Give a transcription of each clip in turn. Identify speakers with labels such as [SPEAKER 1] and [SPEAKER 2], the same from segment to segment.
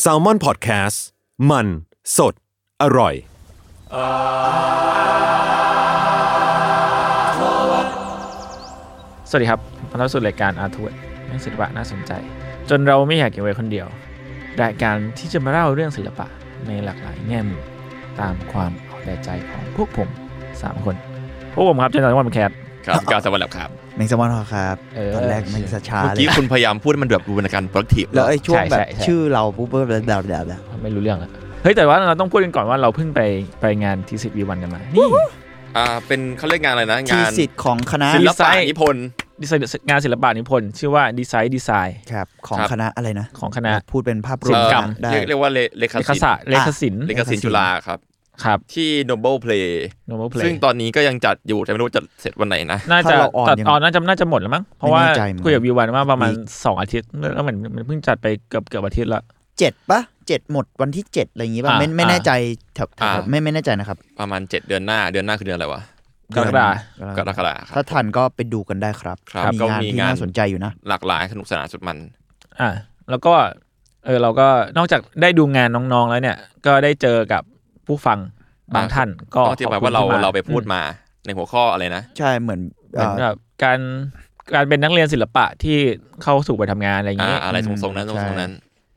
[SPEAKER 1] แซลมอนพอดแคสต์มันสดอร่อย
[SPEAKER 2] สวัสดีครับตอนรับสู่รายการอาร์ทเวิร์ดเรื่องศิลปะน่าสนใจ จนเราไม่อยากเก็บไว้คนเดียว รายการที่จะมาเล่าเรื่องศิลปะในหลากหลายแง่มุมตามความเอาแต่ใจของพวกผม 3 คน พวกผมครับเจนสันวันแคท
[SPEAKER 3] ครับก้าวสวัสดีครับ
[SPEAKER 4] แมงสมอนฮอครับ
[SPEAKER 2] เออ
[SPEAKER 4] ตอนแรกแมงสชา
[SPEAKER 3] เมื่อ
[SPEAKER 4] เล
[SPEAKER 3] กี้
[SPEAKER 4] ย
[SPEAKER 3] คุณพยายามพูดให้มันแบบดูเป็นการ productive
[SPEAKER 4] แล้วไอ้ช่วง
[SPEAKER 2] ใช่
[SPEAKER 4] แบบ
[SPEAKER 2] ใช่ใช่
[SPEAKER 4] ชื่อเราปุ๊บแบบแบบแบบแบบแบบ
[SPEAKER 2] ไม่รู้เรื่องแล้วเฮ้ยแต่ว่าเราต้องพูดกันก่อนว่าเราเพิ่งไปไปงานทีสิบวีวันกันมา นี่
[SPEAKER 3] อ่าเป็นเขาเรียกงานอะไรนะ
[SPEAKER 4] ที
[SPEAKER 3] งาน
[SPEAKER 4] สิทธิ์ของคณะ
[SPEAKER 3] ศิล
[SPEAKER 2] ไซ
[SPEAKER 3] ปะ
[SPEAKER 2] น์
[SPEAKER 3] นิพนธ์
[SPEAKER 2] ดีไซน์งานศิลปะนิพนธ์ชื่อว่าดีไซน์ดีไซน์
[SPEAKER 4] ครับของ
[SPEAKER 3] ครับ
[SPEAKER 4] คณะอะไรนะ
[SPEAKER 2] ของคณะ
[SPEAKER 4] พูดเป็นภาพร
[SPEAKER 2] ศิ
[SPEAKER 4] ว
[SPEAKER 2] ล
[SPEAKER 4] ม
[SPEAKER 2] ปกรรม
[SPEAKER 4] ได้
[SPEAKER 3] เรียกเรียกว่าเลเลขา
[SPEAKER 2] เล
[SPEAKER 3] ศิ
[SPEAKER 2] ขา
[SPEAKER 3] ล
[SPEAKER 2] ศาส
[SPEAKER 3] ป์
[SPEAKER 2] เลขาศิลป์
[SPEAKER 3] เลขาศิลป์จุฬาครับ
[SPEAKER 2] ครับ
[SPEAKER 3] ที่ Noble Play
[SPEAKER 2] โนเบิลเพล
[SPEAKER 3] ซึ่ง
[SPEAKER 2] ย์
[SPEAKER 3] ตอนนี้ก็ยังจัดอยู่แต่ไม่รู้จะเสร็จวันไหนนะ
[SPEAKER 2] น่าจะ
[SPEAKER 4] ถ้าเราออน
[SPEAKER 2] ตัด
[SPEAKER 4] ยัง
[SPEAKER 2] ออนน่าจะน่าจะหมดแล้วมั้งเพราะว่า
[SPEAKER 4] ไม่แน่ใจเหมือนกัน
[SPEAKER 2] คุยกับวีวันว่าประมาณสองอาทิตย์แล้วเหมือนมันเพิ่งจัดไปเกือบเกือบอาทิตย์ละ
[SPEAKER 4] เจ็ดปะเจ็ดหมดวันที่เจ็ดอะไรอย่างงี้ป่ะ
[SPEAKER 2] อ่า
[SPEAKER 4] ไม่ไม่
[SPEAKER 2] อ่า
[SPEAKER 4] แน่ใจแถบ
[SPEAKER 3] อ่า
[SPEAKER 4] ไม่ไม่แน่ใจนะครับ
[SPEAKER 3] ประมาณ 7 เดือนหน้าเดือนหน้าคือเดือนอะไรวะ
[SPEAKER 2] กรกฎาคม
[SPEAKER 3] กรกฎาคมค
[SPEAKER 4] ถ้า
[SPEAKER 3] รับ
[SPEAKER 4] ทันก็ไปดูกันได้ครับ
[SPEAKER 3] ครับ
[SPEAKER 4] มี
[SPEAKER 3] ก็
[SPEAKER 4] งาน
[SPEAKER 3] มี
[SPEAKER 4] ที่
[SPEAKER 3] งาน
[SPEAKER 4] น่าสนใจอยู่นะ
[SPEAKER 3] หลากหลายสนุกสนานสุดมัน
[SPEAKER 2] อ่ะแล้วก็เออเราก็นอกจากได้ดูงานน้องๆแล้วเนี่ย ก็ได้เจอกับผู้ฟังบาง
[SPEAKER 3] อ่ะ
[SPEAKER 2] ท่าน ก็
[SPEAKER 3] ก็ที่แปลว่าเรา
[SPEAKER 2] ขอบคุณที่
[SPEAKER 3] เราไปพูดมาในหัวข้ออะไรนะ
[SPEAKER 4] ใช่เหมือน
[SPEAKER 2] เหมือน
[SPEAKER 4] เอ่อ
[SPEAKER 2] แบบการการเป็นนักเรียนศิลปะที่เข้าสู่ไปทำงานอะไรอย่าง
[SPEAKER 3] อ่า
[SPEAKER 2] เงี้ย
[SPEAKER 3] อะไรทรงๆนั้นทรงๆนั้น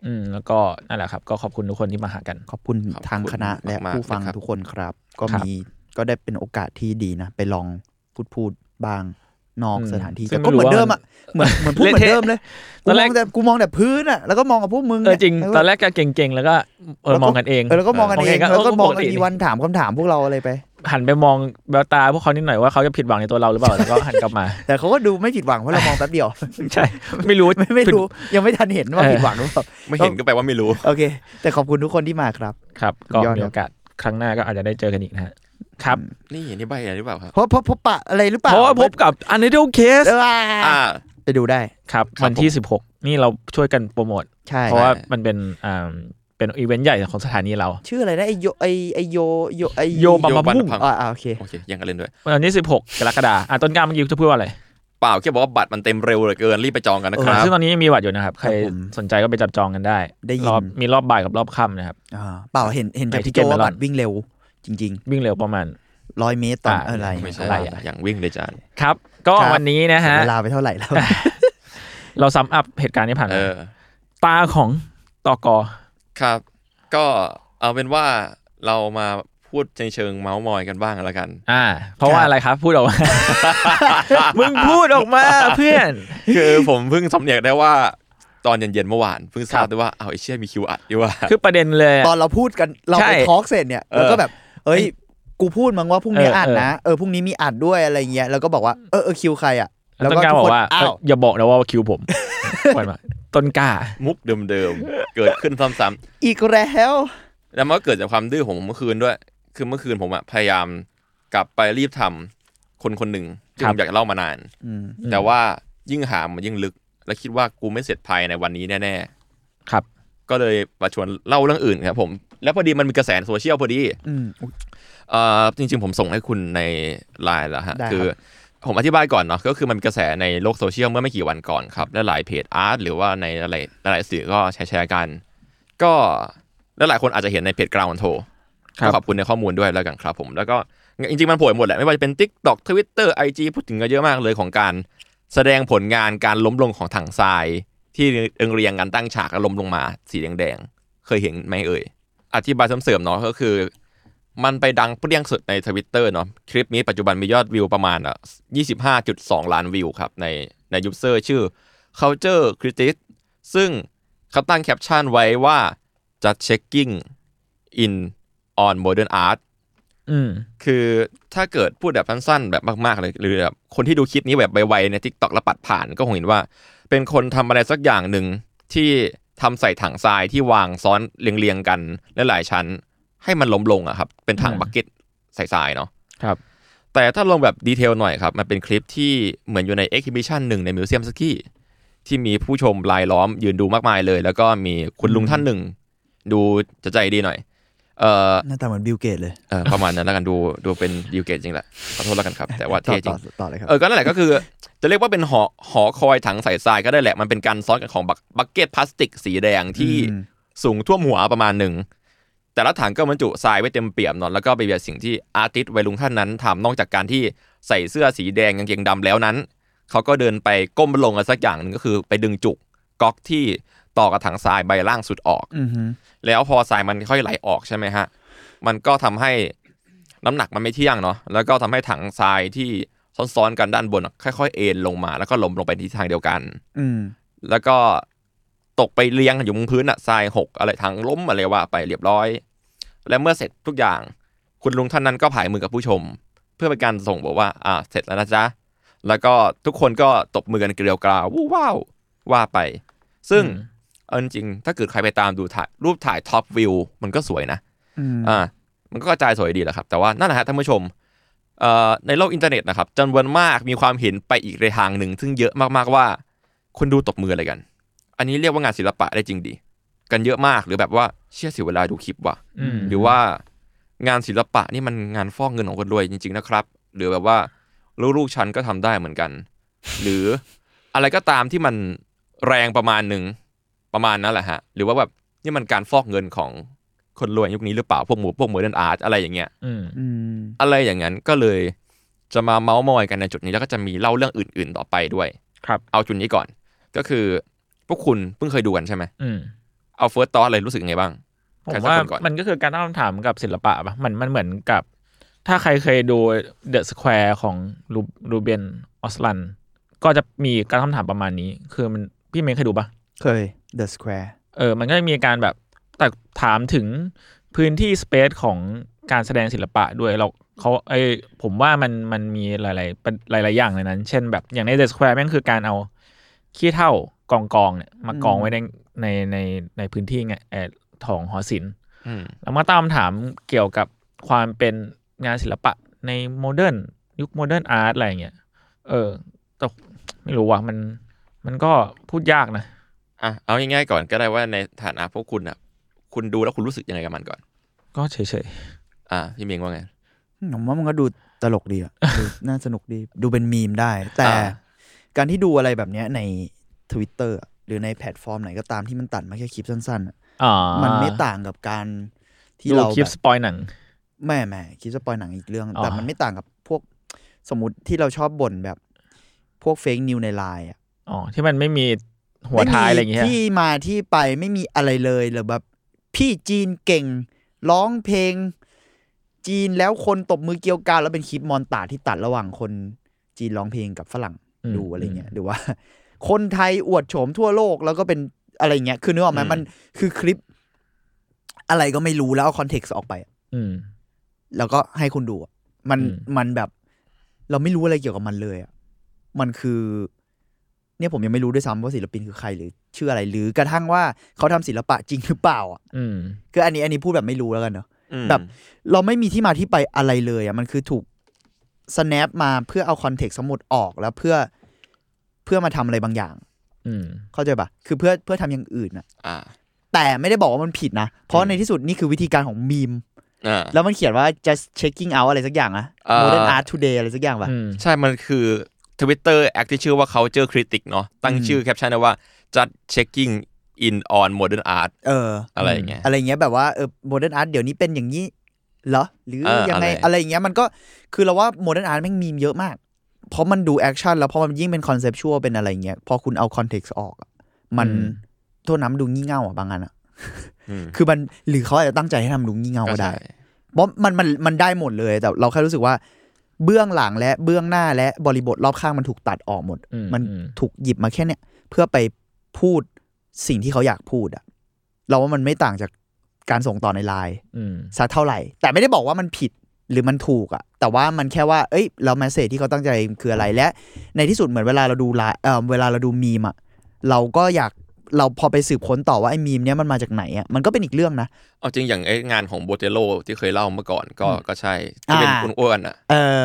[SPEAKER 2] อืมแล้วก็นั่นแหละครับ ก็ขอบคุณทุกคนที่มาหากัน
[SPEAKER 4] ขอบคุณ
[SPEAKER 3] ขอบคุณ
[SPEAKER 4] ทางคณะและ
[SPEAKER 3] มากๆ
[SPEAKER 4] ผู้ฟัง
[SPEAKER 3] นะครับ
[SPEAKER 4] ทุกคนครับ ก็
[SPEAKER 2] ครับ
[SPEAKER 4] มีก็ได้เป็นโอกาสที่ดีนะ ไปลองพูดพูดๆบ้างนอกสถานที่
[SPEAKER 2] ซึ่
[SPEAKER 4] แต่
[SPEAKER 2] ง
[SPEAKER 4] ก็เหมือน
[SPEAKER 2] ไรู้ว่า
[SPEAKER 4] เดิมอ่ะ เหมือนเหมือนพูดเหมือนเดิมเลย
[SPEAKER 2] ต
[SPEAKER 4] กู
[SPEAKER 2] อนแรก
[SPEAKER 4] มองแต่กูมองแต่พื้นอ่ะแล้วก็มองกับพวกมึง
[SPEAKER 2] เออจริง
[SPEAKER 4] แล้ว
[SPEAKER 2] ตอนแรกก็เก่งๆ แล้วก็เออมองกันเอง
[SPEAKER 4] เออแล้วก็มองกันเองแล้วก็มอง
[SPEAKER 2] ป
[SPEAKER 4] กัน
[SPEAKER 2] ติ
[SPEAKER 4] มีวันถามคำถามพวกเราอะไรไป
[SPEAKER 2] หันไปมองแววตาพวกเขานิดหน่อยว่าเขาจะผิดหวังในตัวเราหรือเปล่าแล้วก็หันกลับมา
[SPEAKER 4] แต่เขาก็ดูไม่ผิดหวังเพราะเรามองแป๊บเดียว
[SPEAKER 2] ใช่ ไม่รู้
[SPEAKER 4] ไม่ไม่รู้ยังไม่ทันเห็นว่าผิดหวังหรือ เปล่า
[SPEAKER 3] ไม่เห็นก็แปลว่าไม่รู้
[SPEAKER 4] โอเค แต่ขอบคุณทุกคนที่มาครับ
[SPEAKER 2] ครับ
[SPEAKER 4] สุ
[SPEAKER 2] ก็
[SPEAKER 4] ดยอด
[SPEAKER 2] มีโอกาสครั้งหน้าก็อาจจะได้เจอกันอีกนะฮะครับ
[SPEAKER 3] นี่นี่ใบอะไรหรือเปล่าครับ
[SPEAKER 4] พบพบพบปะอะไรหรือเปล่า
[SPEAKER 2] เพราะว่าพบกับ u n i d l e Case
[SPEAKER 4] เอออ่ะ
[SPEAKER 3] อ่า
[SPEAKER 4] ไปดูได้
[SPEAKER 2] ครับ
[SPEAKER 3] ครับ
[SPEAKER 2] วันที่ 16 นี่เราช่วยกันโปรโมท
[SPEAKER 4] ใช่
[SPEAKER 2] เพราะว่ามันเป็นอ่าเป็นอีเวนต์ใหญ่ของสถานีเรา
[SPEAKER 4] ชื่ออะไรนะไอโยไอไอโยโยไอ
[SPEAKER 2] โยบัมบัมบุ้ง
[SPEAKER 3] โยบัมบัม
[SPEAKER 4] อ่าอ่าโอเค
[SPEAKER 3] โอเคยังกันเล่นด้วย
[SPEAKER 2] วันที่ 16 กรกฎาคมอ่ะต้นกล้าเมื่อกี้จะพูดว่าอะไร
[SPEAKER 3] เปล่าแค่บอกว่าบัตรมันเต็มเร็วเหลือเกินรีบไปจองกันนะค
[SPEAKER 2] อ่า
[SPEAKER 3] รับ
[SPEAKER 2] ซึ่งตอนนี้ยังมีบัตรอยู่นะครับ ใคร
[SPEAKER 4] ครับผม
[SPEAKER 2] สนใจก็ไปจับจองกันได้
[SPEAKER 4] ได้ยิน
[SPEAKER 2] รอบมีรอบบ่ายกับรอบค่ำนะครับ
[SPEAKER 4] อ่าเปล่าเห็นเห็นจาก
[SPEAKER 2] ไอ้
[SPEAKER 4] พี่โจ
[SPEAKER 2] Ticket
[SPEAKER 4] ว่า
[SPEAKER 2] Melon
[SPEAKER 4] บัตรวิ่งเร็ว จริง
[SPEAKER 2] วิ่งเร็วประมาณ
[SPEAKER 4] ๆร้อยเมตรต่อ
[SPEAKER 2] อ่า
[SPEAKER 4] อะไร
[SPEAKER 3] ไม่ใช่
[SPEAKER 2] อะไรอะ
[SPEAKER 3] อย่างวิ่งเลยจาน
[SPEAKER 2] ครับ ก็
[SPEAKER 4] ครับ
[SPEAKER 2] วันนี้นะฮะ
[SPEAKER 4] เวลาไปเท่าไหร่แล้ว
[SPEAKER 2] เราซ้ำอัพเหตุการณ์ที่ผ่าน
[SPEAKER 3] เอ
[SPEAKER 2] มา
[SPEAKER 3] อ
[SPEAKER 2] ตาของตก
[SPEAKER 3] ครับ ก็เอาเป็นว่าเรามาพูดในเชิงเมาส์มอยกันบ้างแล้วกัน
[SPEAKER 2] อ่า เพราะว่า
[SPEAKER 4] ครับ
[SPEAKER 2] อะไรครับ พูดออกมา มึงพูดออกมาเพื่อน
[SPEAKER 3] คือผมเพิ่งสำเนียกได้ว่า ตอนเย็นๆเมื่อวานเพิ่งทราบได้ว่าเอาไอเชี่ยมีคิวอัดดีว่า
[SPEAKER 2] คือประเด็นเลยอะ
[SPEAKER 4] ตอนเราพูดกันเรา
[SPEAKER 2] ใช่
[SPEAKER 4] ไปทอล์กเสร็จเนี่ยเราก็แบบ เอ้ย กูพูดมั้งว่าพรุ่งนี้
[SPEAKER 2] เอออั
[SPEAKER 4] อัดนะเออพรุ่งนี้มีอัดด้วยอะไรเงี้ยแล้วก็บอกว่าเออเออคิวใครอ่ะ
[SPEAKER 2] แล้วต้นกล้าบ
[SPEAKER 4] ทุค
[SPEAKER 2] อน กว่า
[SPEAKER 4] อ้าว
[SPEAKER 2] เอ้ยอย่าบอกนะว่าคิวผม ปล่อยมาต้นกล้า
[SPEAKER 3] มุกเดิมๆ เกิดขึ้นซ้ำ
[SPEAKER 4] อีกแล้ว
[SPEAKER 3] ๆ แล้วมันก็เกิดจากความดื้อของผมเมื่อคืนด้วย คือเมื่อคืนผมอะพยายามกลับไปรีบทำคนคนหนึ่งที่
[SPEAKER 2] ครั
[SPEAKER 3] ผ
[SPEAKER 2] บ
[SPEAKER 3] มอยากจะเล่ามานาน
[SPEAKER 4] อืม
[SPEAKER 3] แต่ว่ายิ่งหามมันยิ่งลึก และคิดว่ากูไม่เสร็จภายในวันนี้แน่
[SPEAKER 2] ครับ
[SPEAKER 3] ๆ ก็เลยมาชวนเล่าเรื่องอื่นครับผม แล้วพอดีมันมีกระแสในโซเชียลพอดี
[SPEAKER 4] อืม
[SPEAKER 3] เอ่อจริงๆ ผมส่งให้คุณในไลน์แล้วฮะ
[SPEAKER 4] ได้ครับ
[SPEAKER 3] คือผมอธิบายก่อนเนาะก็คือมันมีกระแสในโลกโซเชียลเมื่อไม่กี่วันก่อนครับ และหลายเพจอาร์ตหรือว่าในอะไรหลายๆสื่อก็แชร์แชร์กัน ก็และหลายคนอาจจะเห็นในเพจกราวน์โท
[SPEAKER 2] ครับ
[SPEAKER 3] ขอบคุณในข้อมูลด้วยแล้วกันครับผมแล้วก็จริงๆ มันโผล่หมดแหละ ไม่ว่าจะเป็น Tik t o k Twitter IG พูดถึงกันเยอะมากเลยของการแสดงผลงานการล้มลงของถังทราย ที่เรียงเรียงกันตั้งฉากแล้วลมลงมาสีแดงๆ เคยเห็นไหมเอ่ย อธิบายเสริมๆเนาะก็คือ มันไปดังเปรี้ยงสุดในทวิตเตอร์เนาะคลิปนี้ปัจจุบันมียอดวิวประมาณอ่ะ25.2 ล้านวิวครับ ในในยูเซอร์ชื่อ culture critic ซึ่งเขาตั้งแคปชั่นไว้ว่า just checking in on modern art
[SPEAKER 2] อืม
[SPEAKER 3] คือถ้าเกิดพูดแบบสั้นๆแบบมากๆเลยหรือแบบคนที่ดูคลิปนี้แบบไวๆในทิกตอกแล้วปัดผ่านก็คงเห็นว่า เป็นคนทำอะไรสักอย่างหนึ่งที่ทำใส่ถังทรายที่วางซ้อนเรียงๆกันและหลายชั้น ให้มันล้มลงอะครับ เป็นถัง
[SPEAKER 2] อืม
[SPEAKER 3] บักเก็ตใส่ทรายเนาะ
[SPEAKER 2] ครับ
[SPEAKER 3] แต่ถ้าลงแบบดีเทลหน่อยครับมันเป็นคลิปที่เหมือนอยู่ในเอ็กซิบิชันหนึ่งในมิวเซียมสกี้ที่มีผู้ชมรายล้อมยืนดูมากมายเลย แล้วก็มีคุณลุงท่านหนึ่ง ดูจะใจดีหน่อย เอ่อ
[SPEAKER 4] หน้าตาเหมือนบิลเกตเลย
[SPEAKER 3] เออประมาณนั้นแล้วกันดูดูเป็นดิวเกตจริงแหละขอโทษแล้วกัน ครับ แต่ว่า
[SPEAKER 4] ต่อ
[SPEAKER 3] เท่จริ
[SPEAKER 4] ต่อง ต่อเลยครับ
[SPEAKER 3] เออก็นั่นแหละก็คือ จะเรียกว่าเป็นหอหอคอยถังใส่ทรายก็ได้แหละ มันเป็นการซ้อนกันของบักบักเก็ตพลาสติกสีแดงที่
[SPEAKER 4] อืม
[SPEAKER 3] สูงท่วมหัวประมาณหนึ่ง แต่ละถังก็บรรจุทรายไว้เต็มเปี่ยมเนอนแล้วก็ไปเบียดสิ่งที่อาร์ติสต์วัยรุ่นท่านนั้นทำนอกจากการที่ใส่เสื้อสีแดงกางเกงดำแล้วนั้น เขาก็เดินไปก้มลงกันสักอย่างหนึ่งก็คือ ไปดึงจุกก๊อกที่ต่อกับถังทรายใบล่างสุดออก
[SPEAKER 4] อือฮึ
[SPEAKER 3] แล้วพอทรายมันค่อยไหลออกใช่ไหมฮะ มันก็ทำให้น้ำหนักมันไม่เที่ยงเนาะ แล้วก็ทำให้ถังทรายที่ซ้อนๆกันด้านบนอะค่อยๆเอ็นลงมา แล้วก็ล้มลงไปที่ทางเดียวกัน
[SPEAKER 4] อืม
[SPEAKER 3] แล้วก็ตกไปเรียงอยู่บนพื้นอะทรายหกอะไรทางล้มอะไรว่าไปเรียบร้อย และเมื่อเสร็จทุกอย่าง คุณลุงท่านนั้นก็ผายมือกับผู้ชม เพื่อเป็นการส่งบอกว่า อ่า เสร็จแล้วนะจ๊ะ แล้วก็ทุกคนก็ตบมือกันเกลียวกราววู้ว้าวว่าไป ซึ่ง
[SPEAKER 2] อืม
[SPEAKER 3] เอาจริงๆถ้าเกิดใครไปตามดูถ่ายรูปถ่ายท็อปวิวมันก็สวยนะ
[SPEAKER 4] อืม
[SPEAKER 3] อ่ามันก็กระจายสวยดีแหละครับ แต่ว่านั่นแหละฮะท่านผู้ชมเอ่อในโลกอินเทอร์เน็ตนะครับจำนวนมากมีความเห็นไปอีกในทางหนึ่ง ซึ่งเยอะมากๆว่า คนดูตบมืออะไรกัน อันนี้เรียกว่างานศิลปะได้จริงดี กันเยอะมากหรือแบบว่าเชื่อเสียเวลาดูคลิปว่ะ
[SPEAKER 2] อืม
[SPEAKER 3] หรือว่างานศิลปะนี่มันงานฟอกเงินของคนรวยจริง ๆนะครับ หรือแบบว่าลูกๆฉันก็ทำได้เหมือนกัน หรืออะไรก็ตามที่มันแรงประมาณหนึ่งประมาณนั้นแหละฮะ หรือว่าแบบนี่มันการฟอกเงินของคนรวยยุคนี้หรือเปล่า พวกหมูพวกเมอร์เดนอาร์ตอะไรอย่างเงี้ย
[SPEAKER 2] อืม
[SPEAKER 4] อืม
[SPEAKER 3] อะไรอย่างนั้นก็เลยจะมาเมาส์มอยกันในจุดนี้แล้วก็จะมีเล่าเรื่องอื่น ๆ ต่อไปด้วย
[SPEAKER 2] ครับ
[SPEAKER 3] เอาจุดนี้ก่อน ก็คือพวกคุณเพิ่งเคยดูกันใช่ไหม
[SPEAKER 2] อืม
[SPEAKER 3] เอาเฟิร์สตอสเลยรู้สึกยังไงบ้าง
[SPEAKER 2] ผม
[SPEAKER 3] ใครสัก
[SPEAKER 2] ว่า
[SPEAKER 3] คนก่อน
[SPEAKER 2] มันก็คือการตั้งคำถามกับศิลปะปะมันมันเหมือนกับ ถ้าใครเคยดู The Square ของรูรูเบนออสลัน ก็จะมีการตั้งคำถามประมาณนี้ คือมันพี่เมย์เคยดูปะ
[SPEAKER 4] เคย The Square
[SPEAKER 2] เออ มันก็จะมีการแบบแต่ถามถึงพื้นที่สเปซของการแสดงศิลปะด้วยเราเขาไอผมว่ามันมันมีหลายๆประหลาย ๆ อย่างในนั้น เช่นแบบอย่างใน The Square แม่งคือการเอาขี้เท่ากองกองๆเนี่ยมากองไว้ในในในในพื้นที่ไงเออของหอศิลป์
[SPEAKER 3] อืม
[SPEAKER 2] เรามาตามถามเกี่ยวกับความเป็นงานศิลปะในโมเดิร์นยุคโมเดิร์นอาร์ตอะไรอย่างเงี้ย เออแต่ไม่รู้ว่ามันมันก็พูดยากนะ
[SPEAKER 3] อ่ะเอาง่ายๆก่อนก็ได้ว่าในฐานะพวกคุณอ่ะ คุณดูแล้วคุณรู้สึกยังไงกับมันก่อน
[SPEAKER 2] ก็เฉย
[SPEAKER 3] อ่ะพี่เมงว่าไง
[SPEAKER 4] อืมผมว่ามันก็ดูตลกดีอะดู น่าสนุกดี ดูเป็นมีมได้ แต่
[SPEAKER 3] อ่า
[SPEAKER 4] การที่ดูอะไรแบบเนี้ยใน Twitter อะหรือในแพลตฟอร์มไหนก็ตามที่มันตัดมาแค่คลิปสั้นๆอะ
[SPEAKER 2] ๆอ่ามั
[SPEAKER 4] มันไม่ต่างกับการที่
[SPEAKER 2] ดู
[SPEAKER 4] เรา
[SPEAKER 2] คลิป
[SPEAKER 4] แบบ
[SPEAKER 2] สปอยหนัง
[SPEAKER 4] แม่แม่คิดสปอยหนังอีกเรื่อง
[SPEAKER 2] อ๋อ
[SPEAKER 4] แต่มันไม่ต่างกับพวกสมมติที่เราชอบบ่นแบบ พวกเฟกนิวในไลน์อะ
[SPEAKER 2] อ๋อที่มันไม่มีหัวท้ายอะไรอย่างเงี้ย
[SPEAKER 4] ม่มีที่มาที่ไปไม่มีอะไรเลยหรือแบบ พี่จีนเก่ง ร้องเพลง จีนแล้วคนตบมือเกรี่ยวกราวแล้วเป็นคลิปมอนตาร์ที่ตัดระหว่างคนจีนร้องเพลงกับฝรั่ง
[SPEAKER 2] ม
[SPEAKER 4] ดูอะไรเงี้ยหรือว่า คนไทยอวดโฉมทั่วโลกแล้วก็เป็นอะไรเงี้ยคือนึกออกไหม
[SPEAKER 3] อืม
[SPEAKER 4] มันคือคลิป อะไรก็ไม่รู้แล้วเอาคอนเท็กซ์ออกไป
[SPEAKER 2] อืม
[SPEAKER 4] แล้วก็ให้คุณดูอะมัน
[SPEAKER 2] อืม
[SPEAKER 4] มันแบบ เราไม่รู้อะไรเกี่ยวกับมันเลยอ่ะมันคือ เนี่ยผมยังไม่รู้ด้วยซ้ำว่าศิลปินคือใครหรือชื่ออะไรหรือกระทั่งว่าเขาทำศิลปะจริงหรือเปล่าอ่ะ
[SPEAKER 2] อืม
[SPEAKER 4] คืออันนี้อันนี้พูดแบบไม่รู้แล้วกันเนาะ
[SPEAKER 3] อืม
[SPEAKER 4] แบบ เราไม่มีที่มาที่ไปอะไรเลยอ่ะมันคือถูก snap มาเพื่อเอาคอนเทกต์สมมดออกแล้วเพื่อเพื่อมาทำอะไรบางอย่าง
[SPEAKER 2] อืม
[SPEAKER 4] เข้าใจปะคือเพื่อเพื่อทำอย่างอื่นอ่ะ
[SPEAKER 3] อ่า
[SPEAKER 4] แต่ไม่ได้บอกว่ามันผิดนะเพ
[SPEAKER 3] อื
[SPEAKER 4] ราะ
[SPEAKER 3] ม
[SPEAKER 4] ในที่สุดนี่คือวิธีการของมีม
[SPEAKER 3] อ่า
[SPEAKER 4] แล้วมันเขียนว่า just checking out อะไรสักอย่างอะ
[SPEAKER 3] เอ่อ
[SPEAKER 4] modern art today อะไรสักอย่างปะ
[SPEAKER 2] อืม
[SPEAKER 3] ใช่ มันคือ Twitter แอคที่ชื่อว่า culture critic เนาะ ตั้ง
[SPEAKER 4] อืม
[SPEAKER 3] ชื่อแคปชั่นไว้ว่า just checking in on modern art
[SPEAKER 4] เออ
[SPEAKER 3] อะไรอย่างเงี้ย
[SPEAKER 4] อะไรเงี้ยแบบว่าเออโมเดิร์นอาร์ตเดี๋ยวนี้เป็นอย่างนี้เหรอ หรือ
[SPEAKER 3] เออ
[SPEAKER 4] ยังไง
[SPEAKER 3] อะไร
[SPEAKER 4] อะไรอย่างเงี้ยมันก็คือเราว่าโมเดิร์นอาร์ตแม่งมีมเยอะมาก เพราะมันดูแอคชั่นแล้วเพราะมันยิ่งเป็นคอนเซปชวลเป็นอะไรเงี้ยพอคุณเอาคอนเท็กซ์ออกอะ มัน
[SPEAKER 2] อืม
[SPEAKER 4] โทษน้ำดูงี่เง่าอ่ะบางอันอ่ะ
[SPEAKER 3] อืม
[SPEAKER 4] คือมันหรือเขาอาจจะตั้งใจให้ทำดูงี่เง่า
[SPEAKER 3] ก็
[SPEAKER 4] ก็
[SPEAKER 3] ใช่
[SPEAKER 4] ได้ เพราะมันมันมันได้หมดเลย แต่เราแค่รู้สึกว่า เบื้องหลังและเบื้องหน้าและบริบทรอบข้างมันถูกตัดออกหมด
[SPEAKER 2] อืม
[SPEAKER 4] มัน
[SPEAKER 2] อืม
[SPEAKER 4] ถูกหยิบมาแค่เนี้ยเพื่อไปพูดสิ่งที่เขาอยากพูดอะเราว่ามันไม่ต่างจากการส่งต่อในไลน์
[SPEAKER 2] อืม
[SPEAKER 4] สักเท่าไหร่ แต่ไม่ได้บอกว่ามันผิดหรือมันถูกอะแต่ว่ามันแค่ว่าเอ้ยเราแมสเซจที่เขาตั้งใจคืออะไรและ ในที่สุดเหมือนเวลาเราดูไลน์เออเวลาเราดูมีมอะเราก็อยากเราพอไปสืบค้นต่อว่าไอ้มีมเนี้ยมันมาจากไหนอะมันก็เป็นอีกเรื่องนะ
[SPEAKER 3] เอาจริงอย่างไอ้งานของโบเตโลที่เคยเล่าเมื่อก่อนก็ก็ใช่ที่
[SPEAKER 4] อ่า
[SPEAKER 3] เป็นอ้วนๆอ่ะ
[SPEAKER 4] เออ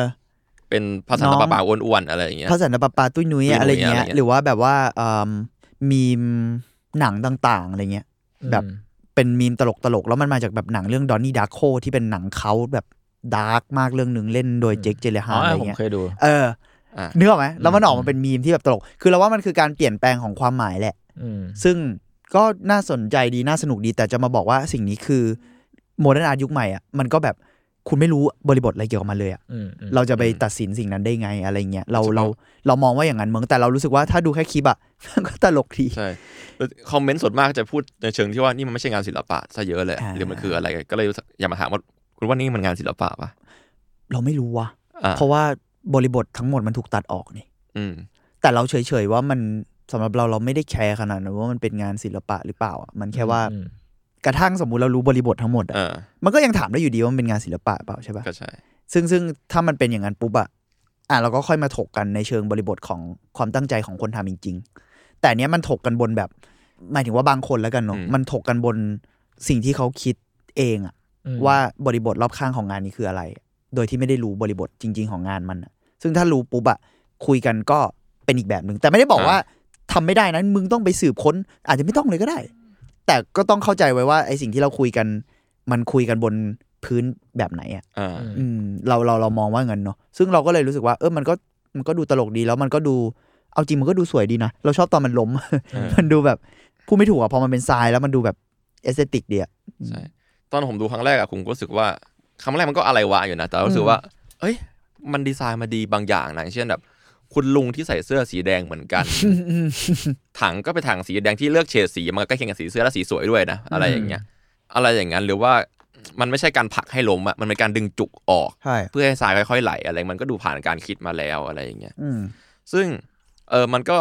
[SPEAKER 3] เป็นภาษา
[SPEAKER 4] น้อง
[SPEAKER 3] ปะปาอ้วนๆอะไรอย่างเงี้ย
[SPEAKER 4] พระสันตะปาปาตุ้ยนุ้ยอะ
[SPEAKER 3] ตุ้
[SPEAKER 4] ไร
[SPEAKER 3] ยนุ้ยอะไร
[SPEAKER 4] เงี้ย
[SPEAKER 3] เงี้ย
[SPEAKER 4] หรือว่าแบบว่าเอิ่มมีมหนังต่างๆอะไรเงี้ย แบบ เป็นมีมตลกตลกๆแล้วมันมาจากแบบหนังเรื่องดอนนี่ดาร์โคที่เป็นหนังเขาแบบดาร์กมากเรื่องหนึ่งเล่นโดย
[SPEAKER 2] อืม
[SPEAKER 4] เจคเจเลฮา
[SPEAKER 2] อ๋อน
[SPEAKER 4] อะไร
[SPEAKER 2] ผม
[SPEAKER 4] เงี้ย
[SPEAKER 2] เคยดู
[SPEAKER 4] เออ
[SPEAKER 3] อ่ะ
[SPEAKER 4] เนื้ออกไหมแล้วมันออก
[SPEAKER 2] อื
[SPEAKER 4] มาม เป็นมีมที่แบบตลก คือเราว่ามันคือการเปลี่ยนแปลงของความหมายแหละ
[SPEAKER 2] อืม
[SPEAKER 4] ซึ่งก็น่าสนใจดีน่าสนุกดี แต่จะมาบอกว่าสิ่งนี้คือโมเดิร์นอาร์ยุคใหม่อ่ะมันก็แบบคุณไม่รู้บริบทอะไรเกี่ยวกับมันเลยอ่ะ
[SPEAKER 2] อืมอืม
[SPEAKER 4] เราจะไปตัดสินสิ่งนั้นได้ไงอะไรเงี้ยเราเราเรามองว่าอย่างนั้นเมืองแต่เรารู้สึกว่าถ้าดูแค่คลิปอะ มันก็ตลกดี
[SPEAKER 3] ใช่แล้วคอมเมนต์ส่วนมากจะพูดในเชิงที่ว่านี่มันไม่ใช่งานศิลปะซะเยอะเลย
[SPEAKER 4] อ่า
[SPEAKER 3] หรือมันคืออะไรก็เลยรู้สึกอย่ามาถามว่าคุณว่านี่มันงานศิลปะปะ
[SPEAKER 4] เราไม่รู้ว่ะ
[SPEAKER 3] อ่า
[SPEAKER 4] เพราะว่าบริบททั้งหมดมันถูกตัดออกนี่
[SPEAKER 3] อืม
[SPEAKER 4] แต่เราเฉยๆว่ามันสำหรับเราเราไม่ได้แคร์ขนาดนั้นว่ามันเป็นงานศิลปะหรือเปล่าอะมันแค่ว่า
[SPEAKER 2] อืม
[SPEAKER 4] กระทั่งสมมุติเรารู้บริบททั้งหมดอะ
[SPEAKER 3] เออ
[SPEAKER 4] มันก็ยังถามได้อยู่ดีว่ามันเป็นงานศิลปะเปล่าใช่ปะ
[SPEAKER 3] ก็ใช่
[SPEAKER 4] ซึ่งซึ่งถ้ามันเป็นอย่างนั้นปุ๊บอะอ่ะเราก็ค่อยมาถกกันในเชิงบริบทของความตั้งใจของคนทำจริง ๆ แต่อันเนี้ยมันถกกันบนแบบ หมายถึงว่าบางคนแล้วกันเนาะ
[SPEAKER 3] อืม
[SPEAKER 4] มันถกกันบนสิ่งที่เขาคิดเองอะ
[SPEAKER 2] อืม
[SPEAKER 4] ว่าบริบทรอบข้างของงานนี้คืออะไร โดยที่ไม่ได้รู้บริบทจริง ๆ ของงานมันอะซึ่งถ้ารู้ปุ๊บอะคุยกันก็เป็นอีกแบบหนึ่งแต่ไม่ได้บอก
[SPEAKER 3] อ่า
[SPEAKER 4] ว่าทำไม่ได้นะมึงต้องไปสืบค้น อาจจะไม่ต้องเลยก็ได้ แต่ก็ต้องเข้าใจไว้ว่าไอสิ่งที่เราคุยกัน มันคุยกันบนพื้นแบบไหนอะ
[SPEAKER 3] อ่า
[SPEAKER 2] อืม
[SPEAKER 4] อืมเราเราเรามองว่าเงินเนาะซึ่งเราก็เลยรู้สึกว่าเออมันก็มันก็ดูตลกดีแล้วมันก็ดูเอาจริงมันก็ดูสวยดีนะเราชอบตอนมันล้ม
[SPEAKER 3] เออ
[SPEAKER 4] มันดูแบบพูดไม่ถูกอะพอมันเป็นทรายแล้วมันดูแบบเอสเตติกดีอะ
[SPEAKER 3] ใช่ตอนผมดูครั้งแรกอะผมก็รู้สึกว่าครั้งแรกมันก็อะไรวะอยู่นะแต่รู้สึกว่า เอ้ย มันดีไซน์มาดีบางอย่างนะอย่างเช่นแบบ คุณลุงที่ใส่เสื้อสีแดงเหมือนกัน ถังก็เป็นถังสีแดงที่เลือกเฉดสีมันก็ใกล้เคียงกับสีเสื้อและสีสวยด้วยนะอะไรอย่างเงี้ย อะไรอย่างนั้นหรือว่ามันไม่ใช่การผลักให้ล้มอะมันเป็นการดึงจุกออก
[SPEAKER 4] ใช่
[SPEAKER 3] เพื่อให้ทรายค่อยๆไหลอะไรมันก็ดูผ่านการคิดมาแล้วอะไรอย่างเงี้ย
[SPEAKER 4] อืม
[SPEAKER 3] ซึ่งเออมันก็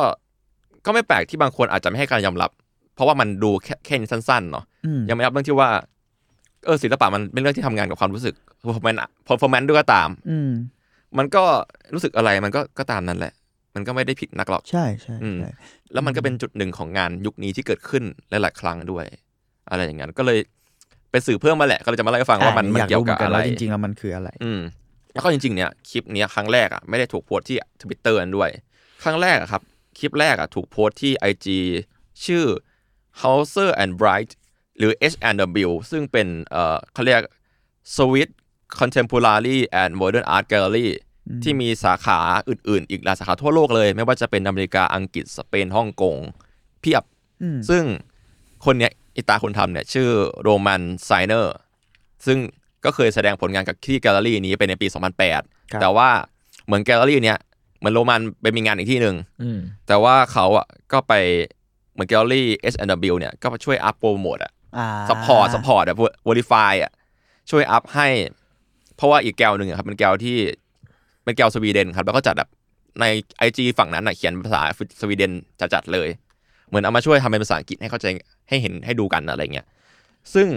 [SPEAKER 3] ก็ไม่แปลกที่บางคนอาจจะไม่ให้การยอมรับ เพราะว่ามันดูแค่แค่นี้สั้นๆเนาะ
[SPEAKER 4] อืม
[SPEAKER 3] ยังไม่นับเรื่องที่ว่า เออศิลปะมันเป็นเรื่องที่ทำงานกับความรู้สึกพอมันพอฟอร์แมนด้วยก็ตาม
[SPEAKER 4] อืม
[SPEAKER 3] มันก็รู้สึกอะไรมันก็ก็ตามนั้นแหละ มันก็ไม่ได้ผิดนักหรอก
[SPEAKER 4] ใช่ใช่
[SPEAKER 3] อืม
[SPEAKER 4] ใช่
[SPEAKER 3] แล้วมันก็เป็นจุดหนึ่งของงานยุคนี้ที่เกิดขึ้นหลายๆครั้งด้วย อะไรอย่างนั้นก็เลยไปสื่อเพิ่มมาแหละ ก็เลยจะมาเล่าให้ฟังว่ามัน
[SPEAKER 4] อ่ะ
[SPEAKER 3] มัน
[SPEAKER 4] อยาก
[SPEAKER 3] เกี่ยว
[SPEAKER 4] รู้เหมื
[SPEAKER 3] กับ
[SPEAKER 4] อนกัน
[SPEAKER 3] อะไร
[SPEAKER 4] ว่าจริงๆแล้วมันคืออะไร
[SPEAKER 3] อืมแล้วก็จริงๆ เนี่ยคลิปเนี้ยครั้งแรกอ่ะไม่ได้ถูกโพสต์ที่ทวิตเตอร์ด้วย ครั้งแรกอะครับ คลิปแรกอ่ะถูกโพสต์ที่ IG ชื่อ Hauser and Bright หรือ H&W ซึ่งเป็นเอ่อเขาเรียก Swiss Contemporary and Modern Art Gallery ที่มีสาขาอื่นๆ อีกหลายสาขาทั่วโลกเลย ไม่ว่าจะเป็นอเมริกาอังกฤษสเปนฮ่องกงเพียบ
[SPEAKER 4] อืม
[SPEAKER 3] ซึ่งคนเนี้ยอิตาคนทำเนี่ยชื่อโรมันไซเนอร์ซึ่งก็เคยแสดงผลงานกับที่แกลเลอรี่นี้ไปในปี
[SPEAKER 4] ครับ
[SPEAKER 3] 2008 แต่ว่าเหมือนแกลเลอรี่เนี้ยเหมือนโรมันไปมีงานอีกที่หนึ่ง
[SPEAKER 2] อืม
[SPEAKER 3] แต่ว่าเขาอ่ะก็ไปเหมือนแกลเลอรี่ H&W เนี่ยก็มาช่วยอัพโปรโมทอ่ะ
[SPEAKER 4] อ่า
[SPEAKER 3] ซัพพอร์ตซัพพอร์ตแบบวอลิฟายอ่ะช่วยอัพให้ เพราะว่าอีกแก้วหนึ่งอะครับเป็นแก้วที่เป็นแก้วสวีเดนครับ แล้วก็จัดแบบในไอจีฝั่งนั้นอ่ะเขียนภาษาสวีเดนจะจัดๆเลย เหมือนเอามาช่วยทำเป็นภาษาอังกฤษให้เข้าใจให้เห็นให้ดูกันอะไรเงี้ยซึ่ง